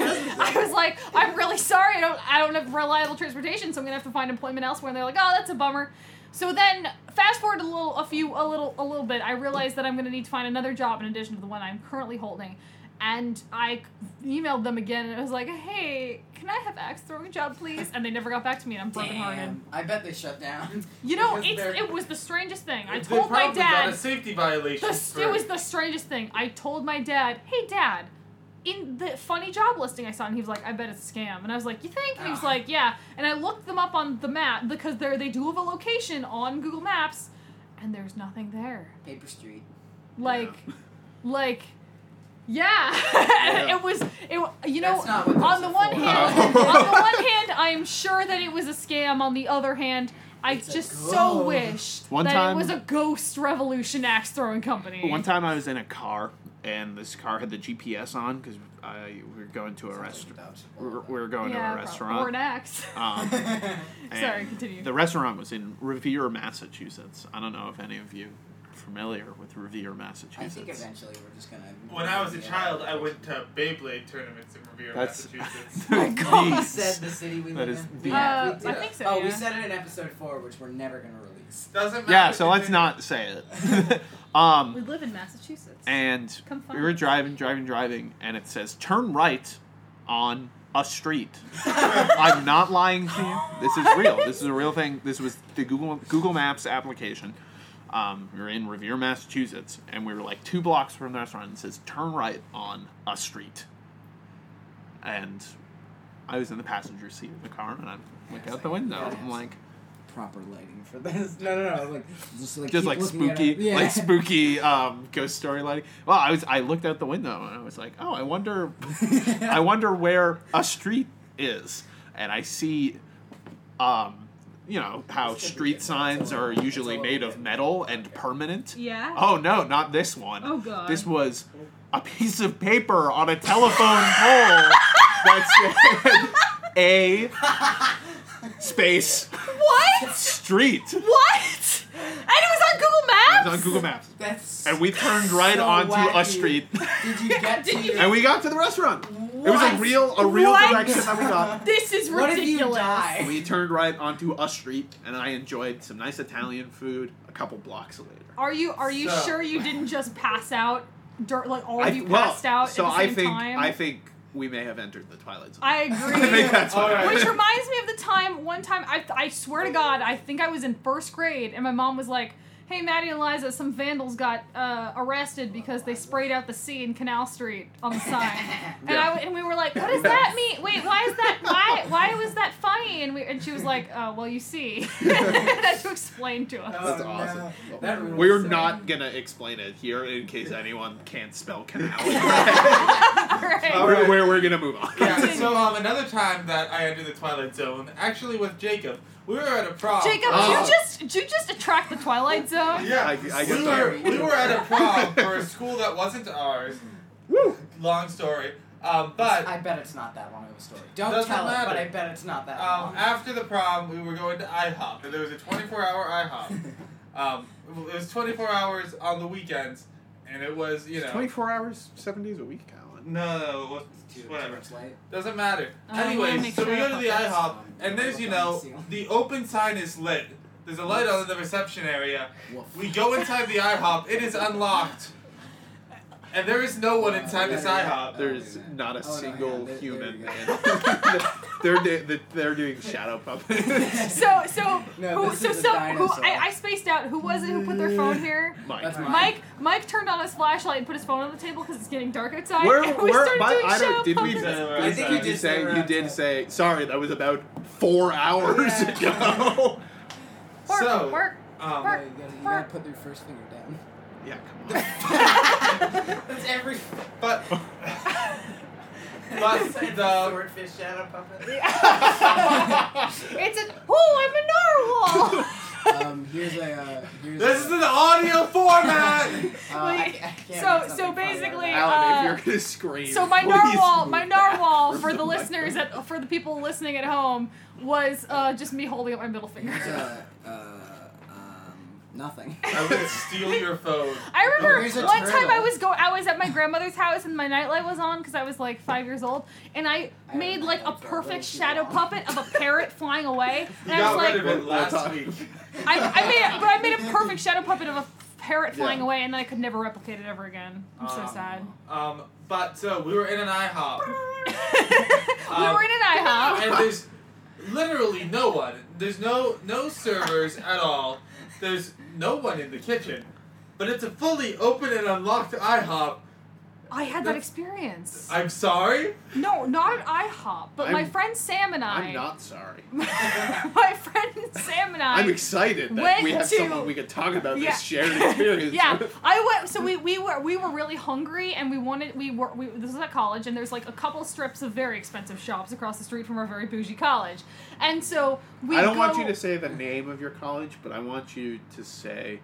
Speaker 3: I was like, I'm really sorry. I don't. I don't have reliable transportation, so I'm gonna have to find employment elsewhere. And they're like, Oh, that's a bummer. So then, fast forward a little, a few, a little, a little bit. I realized that I'm going to need to find another job in addition to the one I'm currently holding, and I emailed them again and I was like, "Hey, can I have axe throwing job, please?" And they never got back to me, and I'm brokenhearted.
Speaker 2: Damn. I bet they shut down.
Speaker 3: You know,
Speaker 2: Because
Speaker 3: it's,
Speaker 2: they're-
Speaker 3: it was the strangest thing. I
Speaker 1: They
Speaker 3: told my
Speaker 1: probably got
Speaker 3: dad.
Speaker 1: a safety violation.
Speaker 3: The,
Speaker 1: for-
Speaker 3: it was the strangest thing. I told my dad, "Hey, dad." In the funny job listing I saw, and he was like, "I bet it's a scam," and I was like, "You think?" And he was
Speaker 2: Ah.
Speaker 3: like, "Yeah." And I looked them up on the map because they they do have a location on Google Maps, and there's nothing there.
Speaker 2: Paper Street.
Speaker 3: Like, like, yeah. And
Speaker 4: Yeah.
Speaker 3: it was it. wa- You know,
Speaker 2: That's not what those
Speaker 3: on the
Speaker 2: are
Speaker 3: one
Speaker 2: for.
Speaker 3: hand,
Speaker 4: No.
Speaker 3: on the one hand, I'm sure that it was a scam. On the other hand. I
Speaker 2: It's a
Speaker 3: just so
Speaker 2: ghost.
Speaker 3: wished
Speaker 4: One
Speaker 3: that it
Speaker 4: time-
Speaker 3: was a ghost revolution axe throwing company.
Speaker 4: One time I was in a car, and this car had the GPS on because we were going to a restaurant. We were, we were going to a
Speaker 3: prob- Or an
Speaker 4: restaurant.
Speaker 3: axe.
Speaker 4: Um, and
Speaker 3: Sorry, continue.
Speaker 4: The restaurant was in Revere, Massachusetts. I don't know if any of you are familiar with Revere,
Speaker 2: I
Speaker 4: Massachusetts.
Speaker 2: think eventually we're just gonna.
Speaker 1: When I was a
Speaker 2: Yeah.
Speaker 1: child, I went to Beyblade tournaments in Revere,
Speaker 4: That's-
Speaker 1: Massachusetts.
Speaker 3: Oh my God.
Speaker 2: We said the city we
Speaker 4: That
Speaker 2: live
Speaker 4: is
Speaker 2: in.
Speaker 4: the-
Speaker 2: Yeah,
Speaker 3: Uh,
Speaker 2: we did.
Speaker 3: I think so,
Speaker 2: Oh, we
Speaker 3: yeah.
Speaker 2: said it in episode four, which we're never gonna release.
Speaker 1: Doesn't matter.
Speaker 4: yeah, so
Speaker 1: if
Speaker 4: let's
Speaker 1: they-
Speaker 4: not say it. um,
Speaker 3: we live in Massachusetts.
Speaker 4: and
Speaker 3: Come
Speaker 4: we
Speaker 3: find
Speaker 4: were
Speaker 3: me.
Speaker 4: driving, driving, driving, and it says turn right on a street. I'm not lying to you. This is real. This is a real thing. This was the Google Google Maps application. Um, we were in Revere, Massachusetts, and we were like two blocks from the restaurant. And it says turn right on a street, and I was in the passenger seat of the car, and I look out the window. I'm like,
Speaker 2: Proper lighting for this. No, no, no. Like just like
Speaker 4: just
Speaker 2: keep
Speaker 4: like
Speaker 2: looking at
Speaker 4: spooky,
Speaker 2: it. Yeah.
Speaker 4: like spooky um, ghost story lighting. Well, I was I looked out the window and I was like, oh, I wonder, I wonder where a street is, and I see, um, you know how
Speaker 2: It's a
Speaker 4: street
Speaker 2: weekend.
Speaker 4: signs
Speaker 2: It's a-
Speaker 4: are
Speaker 2: it's a
Speaker 4: usually made of
Speaker 2: weekend.
Speaker 4: metal and permanent.
Speaker 3: yeah.
Speaker 4: Oh no, not this one.
Speaker 3: Oh, God.
Speaker 4: This was a piece of paper on a telephone pole that said a space
Speaker 3: What?
Speaker 4: street. It
Speaker 3: What? And it was on Google Maps.
Speaker 4: was on Google Maps.
Speaker 2: That's.
Speaker 4: And we turned right
Speaker 2: so
Speaker 4: onto a
Speaker 2: wacky.
Speaker 4: street,
Speaker 2: Did you get to
Speaker 3: Did
Speaker 2: your?
Speaker 4: and we got to the restaurant. It was a
Speaker 3: What?
Speaker 4: real, a real
Speaker 3: What?
Speaker 4: direction that we got.
Speaker 3: This is
Speaker 2: What
Speaker 3: ridiculous.
Speaker 2: if you die?
Speaker 4: We turned right onto a street, and I enjoyed some nice Italian food a couple blocks later.
Speaker 3: Are you are you
Speaker 1: So-
Speaker 3: sure you didn't just pass out? Dirt like all
Speaker 4: I,
Speaker 3: of you
Speaker 4: well,
Speaker 3: passed out
Speaker 4: so
Speaker 3: at the same
Speaker 4: I think
Speaker 3: time.
Speaker 4: I think we may have entered the twilight zone.
Speaker 3: I
Speaker 4: I
Speaker 3: agree.
Speaker 4: think that's what
Speaker 1: All right.
Speaker 3: Which
Speaker 4: happened.
Speaker 3: reminds me of the time, one time, I, I swear to God, I think I was in first grade, and my mom was like, Hey, Maddie and Liza, some vandals got uh, arrested because they sprayed out the C in Canal Street on the sign. And, I, and we were like, What does that mean? Wait, why is that? Why why was that funny? And, we, and she was like, Oh, well, you see. that you explained to us.
Speaker 4: That's
Speaker 2: Oh,
Speaker 4: awesome.
Speaker 2: no. That rules.
Speaker 4: We're not gonna explain it here in case anyone can't spell canal.
Speaker 3: All right.
Speaker 1: All right.
Speaker 4: We're, we're, we're gonna move on.
Speaker 1: Yeah, so um, another time that I entered the Twilight Zone, actually with Jacob, we were at a prom. Um,
Speaker 3: Jacob,
Speaker 4: Oh.
Speaker 3: did, you just, did you just attract the Twilight Zone?
Speaker 1: Yeah,
Speaker 4: I- I guess
Speaker 1: we,
Speaker 4: I-
Speaker 1: were, we were at a prom for a school that wasn't ours.
Speaker 4: Woo!
Speaker 1: Long story. Um, but
Speaker 2: I bet it's not that long of a story. Don't
Speaker 1: Doesn't
Speaker 2: tell it, but
Speaker 1: matter.
Speaker 2: I bet it's not that
Speaker 1: um,
Speaker 2: long.
Speaker 1: after the prom, we were going to IHOP, and there was a 24-hour IHOP. Um, it was 24 hours on the weekends, and it was you know.
Speaker 4: 24 hours, seven days a week, Alan.
Speaker 1: No, no, what,
Speaker 2: Too- too
Speaker 1: whatever.
Speaker 2: much light.
Speaker 1: Doesn't matter.
Speaker 3: Uh, I wanna
Speaker 1: Anyways,
Speaker 3: make
Speaker 1: so we
Speaker 3: sure
Speaker 1: go
Speaker 3: I
Speaker 1: to
Speaker 3: put
Speaker 1: the
Speaker 3: that
Speaker 1: IHOP,
Speaker 2: on.
Speaker 1: and there's, you
Speaker 2: Look on the
Speaker 1: know,
Speaker 2: ceiling.
Speaker 1: the open sign is lit. There's a light on in the reception area.
Speaker 2: Woof.
Speaker 1: We go inside the IHOP, it is unlocked. And there is no one inside this
Speaker 2: Yeah, yeah,
Speaker 1: IHOP.
Speaker 2: yeah.
Speaker 4: There's
Speaker 2: Oh,
Speaker 4: not a
Speaker 2: no, hang
Speaker 4: single
Speaker 2: on. There- there
Speaker 4: human.
Speaker 2: you go.
Speaker 4: in- they're do- they're doing shadow puppets.
Speaker 3: So so
Speaker 2: No,
Speaker 3: who
Speaker 2: this
Speaker 3: so
Speaker 2: is a
Speaker 3: so who
Speaker 2: dinosaur.
Speaker 3: I, I spaced out. Who was it who put their phone here?
Speaker 4: Mike.
Speaker 2: That's mine.
Speaker 3: Mike Mike turned on his flashlight and put his phone on the table because it's getting dark outside.
Speaker 4: Where,
Speaker 3: and we
Speaker 4: where,
Speaker 3: started
Speaker 4: but
Speaker 3: doing
Speaker 4: I don't, did
Speaker 3: shadow
Speaker 4: we,
Speaker 3: puppets.
Speaker 1: I
Speaker 4: did,
Speaker 1: think
Speaker 4: you
Speaker 1: you
Speaker 4: did
Speaker 2: just said
Speaker 4: say,
Speaker 2: we're
Speaker 4: you
Speaker 2: out
Speaker 4: did
Speaker 2: of
Speaker 4: say, sorry, that was about four hours
Speaker 2: Yeah.
Speaker 4: ago.
Speaker 3: Work,
Speaker 1: So,
Speaker 3: work.
Speaker 1: Um,
Speaker 2: Yeah, Oh, you, gotta, you gotta put your first finger down.
Speaker 4: yeah, come on.
Speaker 2: That's every
Speaker 1: but but the
Speaker 2: swordfish shadow puppet.
Speaker 3: It's a oh I'm a narwhal.
Speaker 2: um, here's a. Uh, here's
Speaker 1: this
Speaker 2: a,
Speaker 1: is an audio format.
Speaker 2: Uh, I,
Speaker 3: Wait,
Speaker 2: ca- I can't
Speaker 3: so-
Speaker 2: read
Speaker 3: so
Speaker 2: something funny
Speaker 3: basically-
Speaker 2: right now.
Speaker 4: Alan,
Speaker 3: uh,
Speaker 4: if you're gonna scream,
Speaker 3: So my
Speaker 4: please
Speaker 3: narwhal,
Speaker 4: move
Speaker 3: my
Speaker 4: back
Speaker 3: narwhal
Speaker 4: from
Speaker 3: for the
Speaker 4: microphone.
Speaker 3: listeners at for the people listening at home was uh, just me holding up my middle finger.
Speaker 2: Here's a, uh, um, Nothing.
Speaker 1: I would steal your phone.
Speaker 4: Oh,
Speaker 3: I remember
Speaker 2: There's a
Speaker 3: one time
Speaker 2: turtle.
Speaker 3: I was go I was at my grandmother's house and my nightlight was on because I was like five years old and I
Speaker 2: I
Speaker 3: made
Speaker 2: don't
Speaker 3: like
Speaker 2: know
Speaker 3: a
Speaker 2: if that
Speaker 3: perfect
Speaker 2: really
Speaker 3: shadow
Speaker 2: belongs.
Speaker 3: puppet of a parrot flying away.
Speaker 1: You
Speaker 3: And I was
Speaker 1: got
Speaker 3: like,
Speaker 1: rid of it last
Speaker 4: Laptop.
Speaker 1: week.
Speaker 3: I, I made, but I made a perfect shadow puppet of a parrot flying away, and then I could never replicate it ever again. I'm so
Speaker 1: Um,
Speaker 3: sad.
Speaker 1: Um, but so we were in an IHOP,
Speaker 4: uh,
Speaker 3: we were in an IHOP.
Speaker 1: and there's literally no one. There's no no servers at all. There's no one in the kitchen, but it's a fully open and unlocked IHOP.
Speaker 3: I had that experience.
Speaker 1: I'm sorry.
Speaker 3: No, not at IHOP, but my
Speaker 4: I'm-
Speaker 3: friend Sam and I.
Speaker 4: I'm not sorry.
Speaker 3: my friend Sam and I.
Speaker 4: I'm excited that
Speaker 3: went
Speaker 4: we have
Speaker 3: to-
Speaker 4: someone we can talk about
Speaker 3: Yeah.
Speaker 4: this shared experience.
Speaker 3: yeah,
Speaker 4: with.
Speaker 3: I went. So we, we were we were really hungry, and we wanted we were we, this is at college, and there's like a couple strips of very expensive shops across the street from our very bougie college, and so we.
Speaker 4: I don't
Speaker 3: go-
Speaker 4: want you to say the name of your college, but I want you to say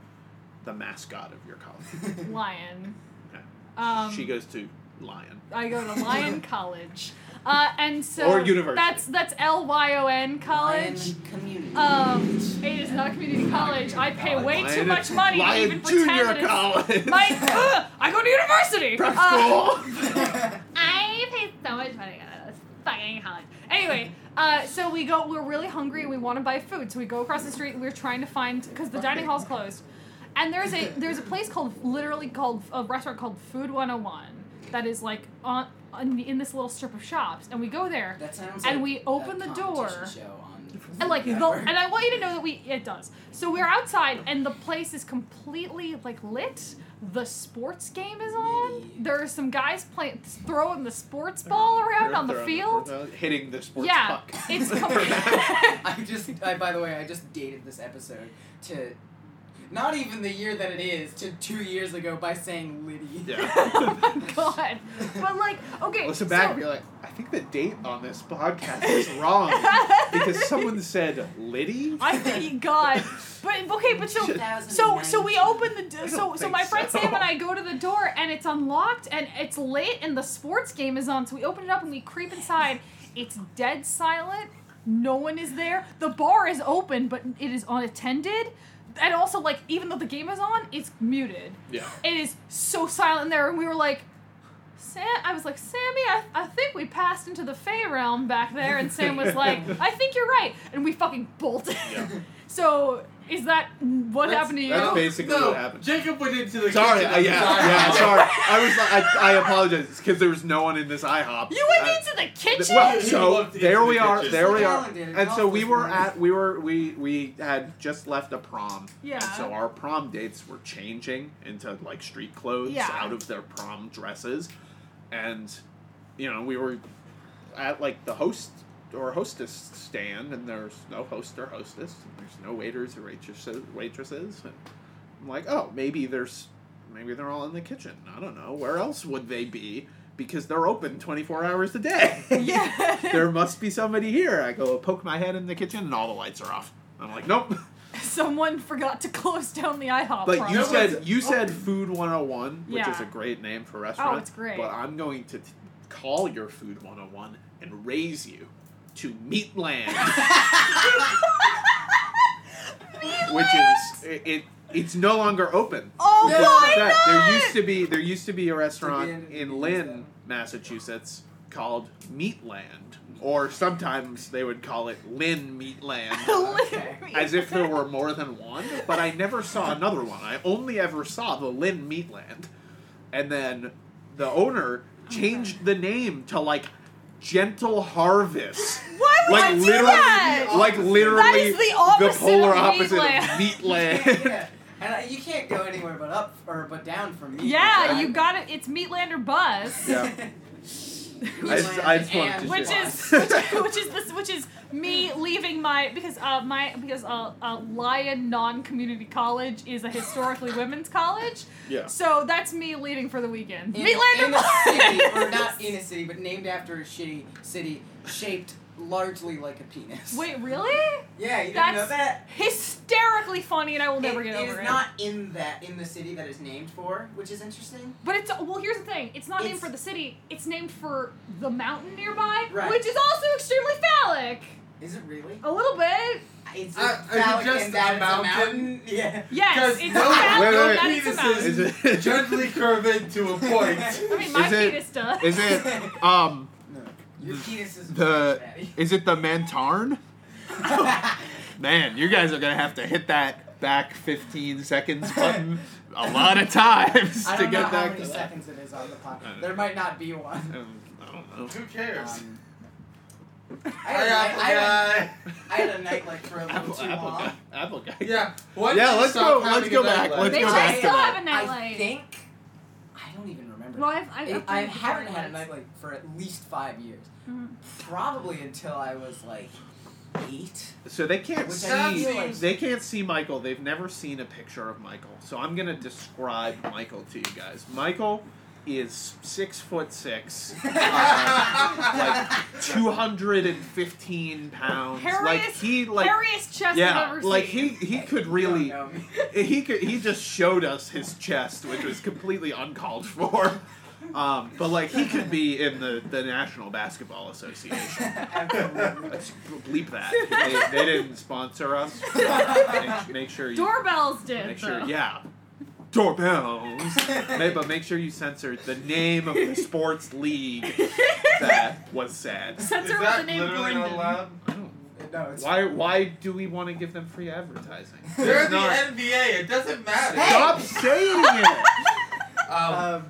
Speaker 4: the mascot of your college.
Speaker 3: lion.
Speaker 4: Okay.
Speaker 3: Um,
Speaker 4: she goes to Lion.
Speaker 3: I go to Lyon College, uh, and so
Speaker 4: Or university.
Speaker 3: That's that's L Y O N College.
Speaker 2: Lion community.
Speaker 3: Um, it is not community college. I pay way too
Speaker 4: Lion-
Speaker 3: much money
Speaker 4: Lion
Speaker 3: to even pretend
Speaker 4: Junior
Speaker 3: that it's
Speaker 4: College.
Speaker 3: my. Ugh, I go to university.
Speaker 4: Prep
Speaker 3: Uh,
Speaker 4: school.
Speaker 3: I paid so much money on this fucking college. Anyway, uh, so we go. We're really hungry and we want to buy food, so we go across the street. and We're trying to find because the dining hall's closed, and there's a there's a place called literally called a restaurant called Food 101 that is like on, on in this little strip of shops, and we go there.
Speaker 2: that sounds
Speaker 3: and
Speaker 2: like
Speaker 3: we open
Speaker 2: a
Speaker 3: the door,
Speaker 2: competition Show on
Speaker 3: And like the,
Speaker 2: Network.
Speaker 3: and I want you to know that we it does. So we're outside and the place is completely like lit. The sports game is on. There are some guys playing throwing the sports ball around on the
Speaker 4: Throwing
Speaker 3: field.
Speaker 4: football, hitting the sports
Speaker 3: Yeah,
Speaker 4: puck.
Speaker 3: it's com-
Speaker 2: I just, I, by the way, I just dated this episode to not even the year that it is, to two years ago by saying Liddy.
Speaker 4: yeah.
Speaker 3: God, but like okay.
Speaker 4: Listen back
Speaker 3: so-
Speaker 4: and be like, I think the date on this podcast is wrong because someone said Liddy.
Speaker 3: I think God, but okay, but so so so we open the d- so so
Speaker 4: think
Speaker 3: my friend
Speaker 4: so.
Speaker 3: Sam and I go to the door and it's unlocked and it's late and the sports game is on so we open it up and we creep inside. It's dead silent. No one is there. The bar is open but it is unattended. And also like even though the game is on, it's muted.
Speaker 4: Yeah.
Speaker 3: It is so silent in there and we were like Sam, I was like, Sammy, I, I think we passed into the Fey realm back there. And Sam was like, I think you're right. And we fucking bolted.
Speaker 4: Yeah.
Speaker 3: so, is that what happened to you?
Speaker 4: that's basically
Speaker 1: no,
Speaker 4: what happened.
Speaker 1: Jacob went into the
Speaker 4: Sorry,
Speaker 1: kitchen.
Speaker 4: uh,
Speaker 1: of
Speaker 4: yeah,
Speaker 1: this
Speaker 4: yeah,
Speaker 1: IHOP.
Speaker 4: sorry. I was, I, I apologize because there was no one in this IHOP.
Speaker 3: you went
Speaker 4: I-
Speaker 3: into the kitchen?
Speaker 4: Th- Well,
Speaker 1: He
Speaker 4: so
Speaker 1: looked
Speaker 4: there
Speaker 1: into
Speaker 4: we
Speaker 1: the
Speaker 4: are.
Speaker 1: kitchen.
Speaker 4: There we
Speaker 2: Just
Speaker 4: are.
Speaker 2: like Alan did,
Speaker 4: And so
Speaker 2: golf
Speaker 4: we
Speaker 2: was
Speaker 4: were
Speaker 2: mine.
Speaker 4: at we were we we had just left a prom.
Speaker 3: Yeah.
Speaker 4: And so our prom dates were changing into like street clothes
Speaker 3: Yeah.
Speaker 4: out of their prom dresses, and you know we were at like the host or hostess stand, and there's no host or hostess, and there's no waiters or waitresses. Waitresses, and I'm like, oh, maybe there's maybe they're all in the kitchen. I don't know where else would they be because they're open 24 hours a day.
Speaker 3: yeah.
Speaker 4: there must be somebody here. I go poke my head in the kitchen, and all the lights are off. I'm like, nope.
Speaker 3: Someone forgot to close down the IHOP.
Speaker 4: But
Speaker 3: prom.
Speaker 4: you
Speaker 1: No
Speaker 4: said
Speaker 1: one's-
Speaker 4: you said Food 101, which is
Speaker 3: Oh. Yeah. Oh,
Speaker 4: a great name for a restaurant.
Speaker 3: it's great.
Speaker 4: But I'm going to t- call your Food 101 and raise you to Meatland, which is it, it. It's no longer open.
Speaker 3: Oh
Speaker 4: Because
Speaker 3: my
Speaker 4: of that.
Speaker 3: God!
Speaker 4: There used to be there used to be a restaurant
Speaker 2: Did we-
Speaker 4: in Lynn, Massachusetts called Meatland, or sometimes they would call it Lynn
Speaker 3: Oh
Speaker 4: Meatland,
Speaker 3: Literally.
Speaker 4: as if there were more than one. But I never saw another one. I only ever saw the Lynn Meatland, and then the owner changed the name to like Gentle Harvest.
Speaker 3: Why would
Speaker 4: Like
Speaker 3: you do
Speaker 4: literally,
Speaker 3: that?
Speaker 4: like literally,
Speaker 3: That is the opposite
Speaker 4: polar
Speaker 3: of
Speaker 4: opposite
Speaker 3: Meatland.
Speaker 4: of
Speaker 2: yeah,
Speaker 4: Meatland.
Speaker 2: yeah. And I, you can't go anywhere but up or but down from me.
Speaker 3: yeah, you got it. It's Meatland or Bus.
Speaker 4: yeah.
Speaker 2: Meatland
Speaker 4: I just- I just wanted
Speaker 2: and
Speaker 4: to
Speaker 3: which
Speaker 4: Yeah.
Speaker 3: is which, which is this which is me leaving my because uh my because uh, uh Lyon non-community college is a historically women's college.
Speaker 4: Yeah.
Speaker 3: So that's me leaving for the weekend.
Speaker 2: in,
Speaker 3: Meatlander
Speaker 2: in a city, or
Speaker 3: Bus!
Speaker 2: not in a city, but named after a shitty city shaped largely like a penis.
Speaker 3: Wait, really?
Speaker 2: yeah, you didn't know
Speaker 3: That's
Speaker 2: that.
Speaker 3: hysterically funny, and I will never
Speaker 2: It-
Speaker 3: get
Speaker 2: it
Speaker 3: over
Speaker 2: is
Speaker 3: it.
Speaker 2: not in that in the city that it's named for, which is interesting.
Speaker 3: but it's well. Here's the thing: it's not named
Speaker 2: It's-
Speaker 3: for the city. It's named for the mountain nearby,
Speaker 2: Right.
Speaker 3: which is also extremely phallic.
Speaker 2: Is it really?
Speaker 3: A little bit.
Speaker 2: Is it
Speaker 1: Uh, is it
Speaker 2: phallic
Speaker 1: just
Speaker 2: in that
Speaker 1: a
Speaker 2: it's
Speaker 1: mountain?
Speaker 2: Yeah.
Speaker 3: Yes,
Speaker 1: Because
Speaker 3: it's
Speaker 1: no-
Speaker 3: a
Speaker 4: Wait,
Speaker 3: mountain.
Speaker 4: wait,
Speaker 3: That
Speaker 1: wait.
Speaker 3: is a
Speaker 1: Penises
Speaker 3: mountain.
Speaker 4: Is it?
Speaker 1: Gently curve in to a point.
Speaker 3: I mean, my
Speaker 7: Is it-
Speaker 3: penis does.
Speaker 7: Is it um
Speaker 2: Your penis is
Speaker 7: the
Speaker 2: Daddy.
Speaker 7: is it the Mantarn? Man, you guys are gonna have to hit that back 15 seconds button a lot of times
Speaker 2: I
Speaker 7: to
Speaker 2: don't
Speaker 7: get
Speaker 2: know how
Speaker 7: back
Speaker 2: many
Speaker 7: to that.
Speaker 2: seconds it is on the
Speaker 7: don't
Speaker 2: podcast.
Speaker 7: know.
Speaker 2: There might not be one.
Speaker 7: Um, I don't know.
Speaker 1: Who cares?
Speaker 2: Um, I,
Speaker 1: I
Speaker 2: had a
Speaker 1: got
Speaker 2: night,
Speaker 1: the
Speaker 2: I, had,
Speaker 1: guy.
Speaker 2: I had a night like for a little
Speaker 7: uh, Apple,
Speaker 2: too
Speaker 7: Apple
Speaker 2: long.
Speaker 7: guy. Apple guy.
Speaker 1: Yeah. When
Speaker 7: Yeah,
Speaker 1: did you
Speaker 7: let's
Speaker 1: stop
Speaker 7: go-
Speaker 1: having
Speaker 7: let's go
Speaker 1: a
Speaker 7: back,
Speaker 1: nightlife?
Speaker 7: let's
Speaker 3: they
Speaker 7: go
Speaker 3: might
Speaker 7: back to
Speaker 3: still
Speaker 7: that.
Speaker 3: have a
Speaker 2: I
Speaker 3: nightlight.
Speaker 2: think I don't even remember.
Speaker 3: Well, I've, I've
Speaker 2: I, I
Speaker 3: uploaded
Speaker 2: haven't had a
Speaker 3: photos.
Speaker 2: night like for at least five years.
Speaker 3: Mhm.
Speaker 2: Probably until I was like eight.
Speaker 4: So they can't
Speaker 2: Which
Speaker 1: I
Speaker 4: see.
Speaker 1: feel like-
Speaker 4: They can't see Michael. They've never seen a picture of Michael. So I'm gonna describe Michael to you guys. Michael is six foot six, like two hundred and fifteen pounds. like
Speaker 3: Hairiest-
Speaker 4: he like
Speaker 3: Hairiest chest I've
Speaker 4: yeah,
Speaker 3: ever
Speaker 4: like he
Speaker 3: seen.
Speaker 4: he could
Speaker 2: You don't
Speaker 4: really
Speaker 2: know me.
Speaker 4: he could he just showed us his chest, which was completely uncalled for. Um, but like he could be in the the National Basketball Association.
Speaker 2: Absolutely.
Speaker 4: Let's bleep that. They, they didn't sponsor us. Make, make sure you
Speaker 3: Doorbells did.
Speaker 4: make sure
Speaker 3: though.
Speaker 4: yeah. Doorbells. May- but make sure you censored the name of the sports league that was said.
Speaker 1: Is
Speaker 3: Censor with the
Speaker 1: that
Speaker 3: name
Speaker 1: literally not
Speaker 3: Brendan.
Speaker 1: allowed?
Speaker 4: I don't-
Speaker 2: no, it's
Speaker 4: Why why do we want to give them free advertising?
Speaker 1: They're
Speaker 4: It's
Speaker 1: the
Speaker 4: not-
Speaker 1: NBA. It doesn't matter.
Speaker 2: Hey!
Speaker 4: Stop saying it.
Speaker 1: Um,
Speaker 2: Um,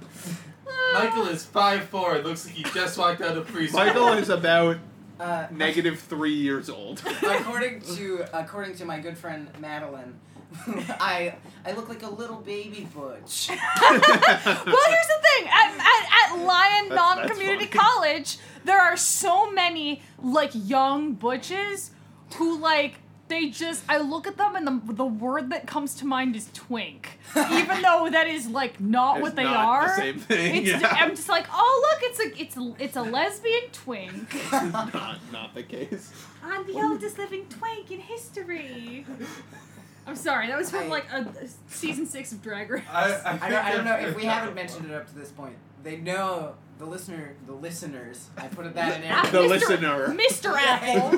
Speaker 1: Michael is 5'4 and looks like he just walked out of preschool.
Speaker 4: Michael is about
Speaker 2: uh,
Speaker 4: negative three years old.
Speaker 2: according to according to my good friend Madeline, I I look like a little baby butch.
Speaker 3: well, here's the thing. At, at, at Lion
Speaker 4: That's-
Speaker 3: Non
Speaker 4: that's
Speaker 3: Community
Speaker 4: funny.
Speaker 3: College, there are so many like young butches who like they just. I look at them and the the word that comes to mind is twink, even though that is like not
Speaker 4: It's
Speaker 3: what they
Speaker 4: not
Speaker 3: are.
Speaker 4: The same thing.
Speaker 3: It's,
Speaker 4: yeah.
Speaker 3: I'm just like, oh look, it's a it's it's a lesbian twink.
Speaker 4: not not the case.
Speaker 3: I'm the oldest living twink in history. I'm sorry, that was from like a, a season six of Drag Race.
Speaker 1: I, I,
Speaker 2: I
Speaker 1: think
Speaker 2: don't, I don't know if we
Speaker 1: that's-
Speaker 2: haven't mentioned it up to this point. They know the listener, the listeners. I put that in
Speaker 3: Ah,
Speaker 2: there.
Speaker 3: Mr.
Speaker 4: The listener.
Speaker 3: Mr. Apple.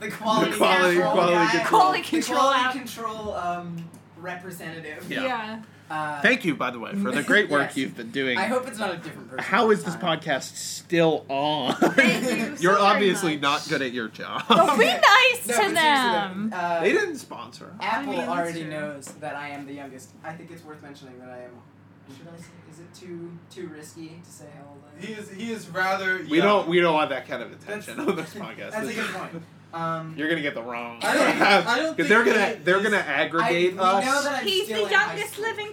Speaker 2: the quality,
Speaker 4: The quality-
Speaker 2: control
Speaker 4: quality
Speaker 2: guy.
Speaker 4: control.
Speaker 3: Quality
Speaker 2: The
Speaker 3: control
Speaker 2: quality
Speaker 3: app.
Speaker 2: control, um, representative.
Speaker 4: Yeah.
Speaker 2: Uh,
Speaker 4: Thank you, by the way, for the great work
Speaker 2: Yes.
Speaker 4: you've been doing.
Speaker 2: I hope it's not a different person. Uh,
Speaker 4: How is this
Speaker 2: time.
Speaker 4: podcast still on?
Speaker 3: Thank you so
Speaker 4: You're
Speaker 3: very
Speaker 4: obviously
Speaker 3: much.
Speaker 4: not good at your job.
Speaker 3: But be nice
Speaker 2: No,
Speaker 3: to
Speaker 2: but
Speaker 3: them.
Speaker 2: seriously, though, uh,
Speaker 4: they didn't sponsor. us.
Speaker 2: Apple
Speaker 3: I mean, that's
Speaker 2: already
Speaker 3: true.
Speaker 2: knows that I am the youngest. I think it's worth mentioning that I am. Should I say? Is it too too risky to say how old I am?
Speaker 1: He is, he is rather.
Speaker 4: We
Speaker 1: young.
Speaker 4: don't. We don't want that kind of
Speaker 2: That's-
Speaker 4: attention on this podcast.
Speaker 2: That's a
Speaker 4: This-
Speaker 2: good point. Um,
Speaker 4: You're gonna get the wrong.
Speaker 1: I don't- I don't
Speaker 4: Because they're
Speaker 1: think
Speaker 4: gonna
Speaker 1: that
Speaker 4: they're
Speaker 1: is-
Speaker 4: gonna
Speaker 2: I, we
Speaker 4: aggregate
Speaker 2: know
Speaker 4: us.
Speaker 2: that I'm
Speaker 3: He's
Speaker 2: still
Speaker 3: the
Speaker 2: in high
Speaker 3: youngest
Speaker 2: school.
Speaker 3: living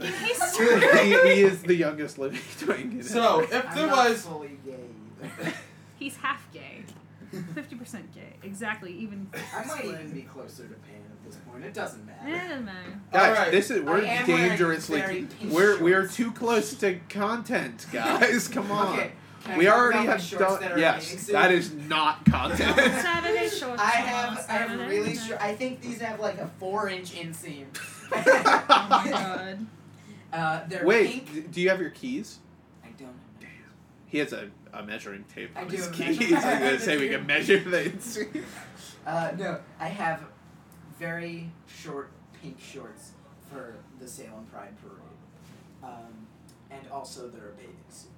Speaker 3: in
Speaker 4: he, he
Speaker 3: history.
Speaker 4: is the youngest living twink. in it.
Speaker 1: So, if
Speaker 2: I'm
Speaker 1: there
Speaker 2: not
Speaker 1: was.
Speaker 2: fully gay. either.
Speaker 3: He's half gay. 50% gay. Exactly, even.
Speaker 2: I might even be closer to pan at this point. It doesn't
Speaker 3: Eh,
Speaker 2: matter.
Speaker 3: doesn't matter.
Speaker 4: Guys,
Speaker 1: Alright.
Speaker 4: this is
Speaker 2: I
Speaker 4: we're
Speaker 2: am wearing
Speaker 4: dangerously
Speaker 2: very pink
Speaker 4: we're we're
Speaker 2: shorts.
Speaker 4: too close to content, guys. Come on.
Speaker 2: Okay. can I
Speaker 4: We
Speaker 2: talk
Speaker 4: already
Speaker 2: about my
Speaker 4: have
Speaker 2: shorts
Speaker 4: done.
Speaker 2: that are fading
Speaker 4: yes,
Speaker 2: soon?
Speaker 4: that is not content.
Speaker 3: Saturday shorts.
Speaker 2: I have
Speaker 3: on
Speaker 2: I have
Speaker 3: Saturday
Speaker 2: really
Speaker 3: night.
Speaker 2: short. I think these have like a four inch inseam.
Speaker 3: Oh my god.
Speaker 2: Uh, they're
Speaker 4: Wait,
Speaker 2: pink.
Speaker 4: d- do you have your keys?
Speaker 2: I don't. know.
Speaker 4: He has a, a measuring tape
Speaker 2: I
Speaker 4: on
Speaker 2: do
Speaker 4: his
Speaker 2: have a
Speaker 4: keys.
Speaker 2: measuring
Speaker 4: I'm gonna
Speaker 2: tape.
Speaker 4: say we can measure things.
Speaker 2: Uh, no, I have very short pink shorts for the Salem Pride Parade, um, and also they're a bathing suit.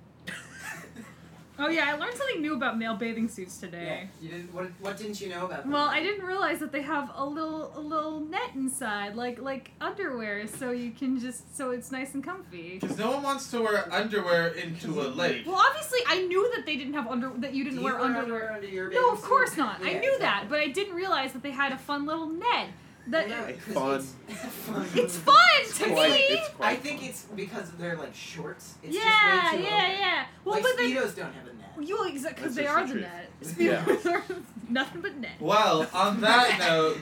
Speaker 3: Oh yeah, I learned something new about male bathing suits
Speaker 2: Yeah,
Speaker 3: today.
Speaker 2: you didn't. What, what didn't you know about them?
Speaker 3: Well, I didn't realize that they have a little a little net inside, like like underwear, so you can just so it's nice and comfy.
Speaker 1: Because no one wants to wear underwear into a lake.
Speaker 3: Well, obviously, I knew that they didn't have under that you
Speaker 2: Do
Speaker 3: didn't
Speaker 2: you
Speaker 3: wear underwear.
Speaker 2: under your
Speaker 3: No,
Speaker 2: bathing
Speaker 3: of course
Speaker 2: suit?
Speaker 3: not. I
Speaker 2: Yeah,
Speaker 3: knew that,
Speaker 2: exactly.
Speaker 3: but I didn't realize that they had a fun little net. That
Speaker 2: Yeah,
Speaker 4: It's
Speaker 2: 'cause
Speaker 4: fun.
Speaker 2: It's, fun.
Speaker 3: it's fun to
Speaker 4: Quite-
Speaker 3: me.
Speaker 4: it's quite
Speaker 2: I think
Speaker 4: fun.
Speaker 2: it's because they're like shorts. It's
Speaker 3: yeah,
Speaker 2: just way too
Speaker 3: yeah,
Speaker 2: open.
Speaker 3: yeah. Well,
Speaker 2: like
Speaker 3: but then
Speaker 2: speedos don't have a net.
Speaker 3: you exactly because
Speaker 4: That's
Speaker 3: they
Speaker 4: just
Speaker 3: are
Speaker 4: the
Speaker 3: the
Speaker 4: truth.
Speaker 3: net.
Speaker 4: Yeah.
Speaker 3: Speedos are nothing but net.
Speaker 1: Well, on that note,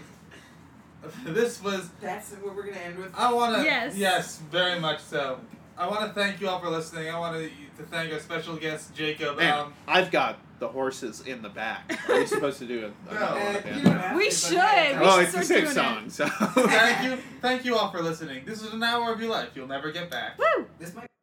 Speaker 1: this was.
Speaker 2: That's what we're gonna end with. Uh,
Speaker 1: I want to.
Speaker 3: Yes.
Speaker 1: Yes, very much so. I want to thank you all for listening. I want to thank our special guest, Jacob.
Speaker 4: Man,
Speaker 1: Um,
Speaker 4: I've got the horses in the back. Are we supposed to do
Speaker 1: No.
Speaker 4: a, another one
Speaker 2: Uh,
Speaker 4: at the
Speaker 2: you
Speaker 4: end?
Speaker 2: don't have to,
Speaker 3: We
Speaker 2: but
Speaker 3: should.
Speaker 2: I-
Speaker 3: We
Speaker 4: Well, it's the
Speaker 3: start
Speaker 4: same
Speaker 3: doing
Speaker 4: song, so.
Speaker 1: thank you. Thank you all for listening. This is an hour of your life you'll never get back.
Speaker 3: Woo!
Speaker 2: This might.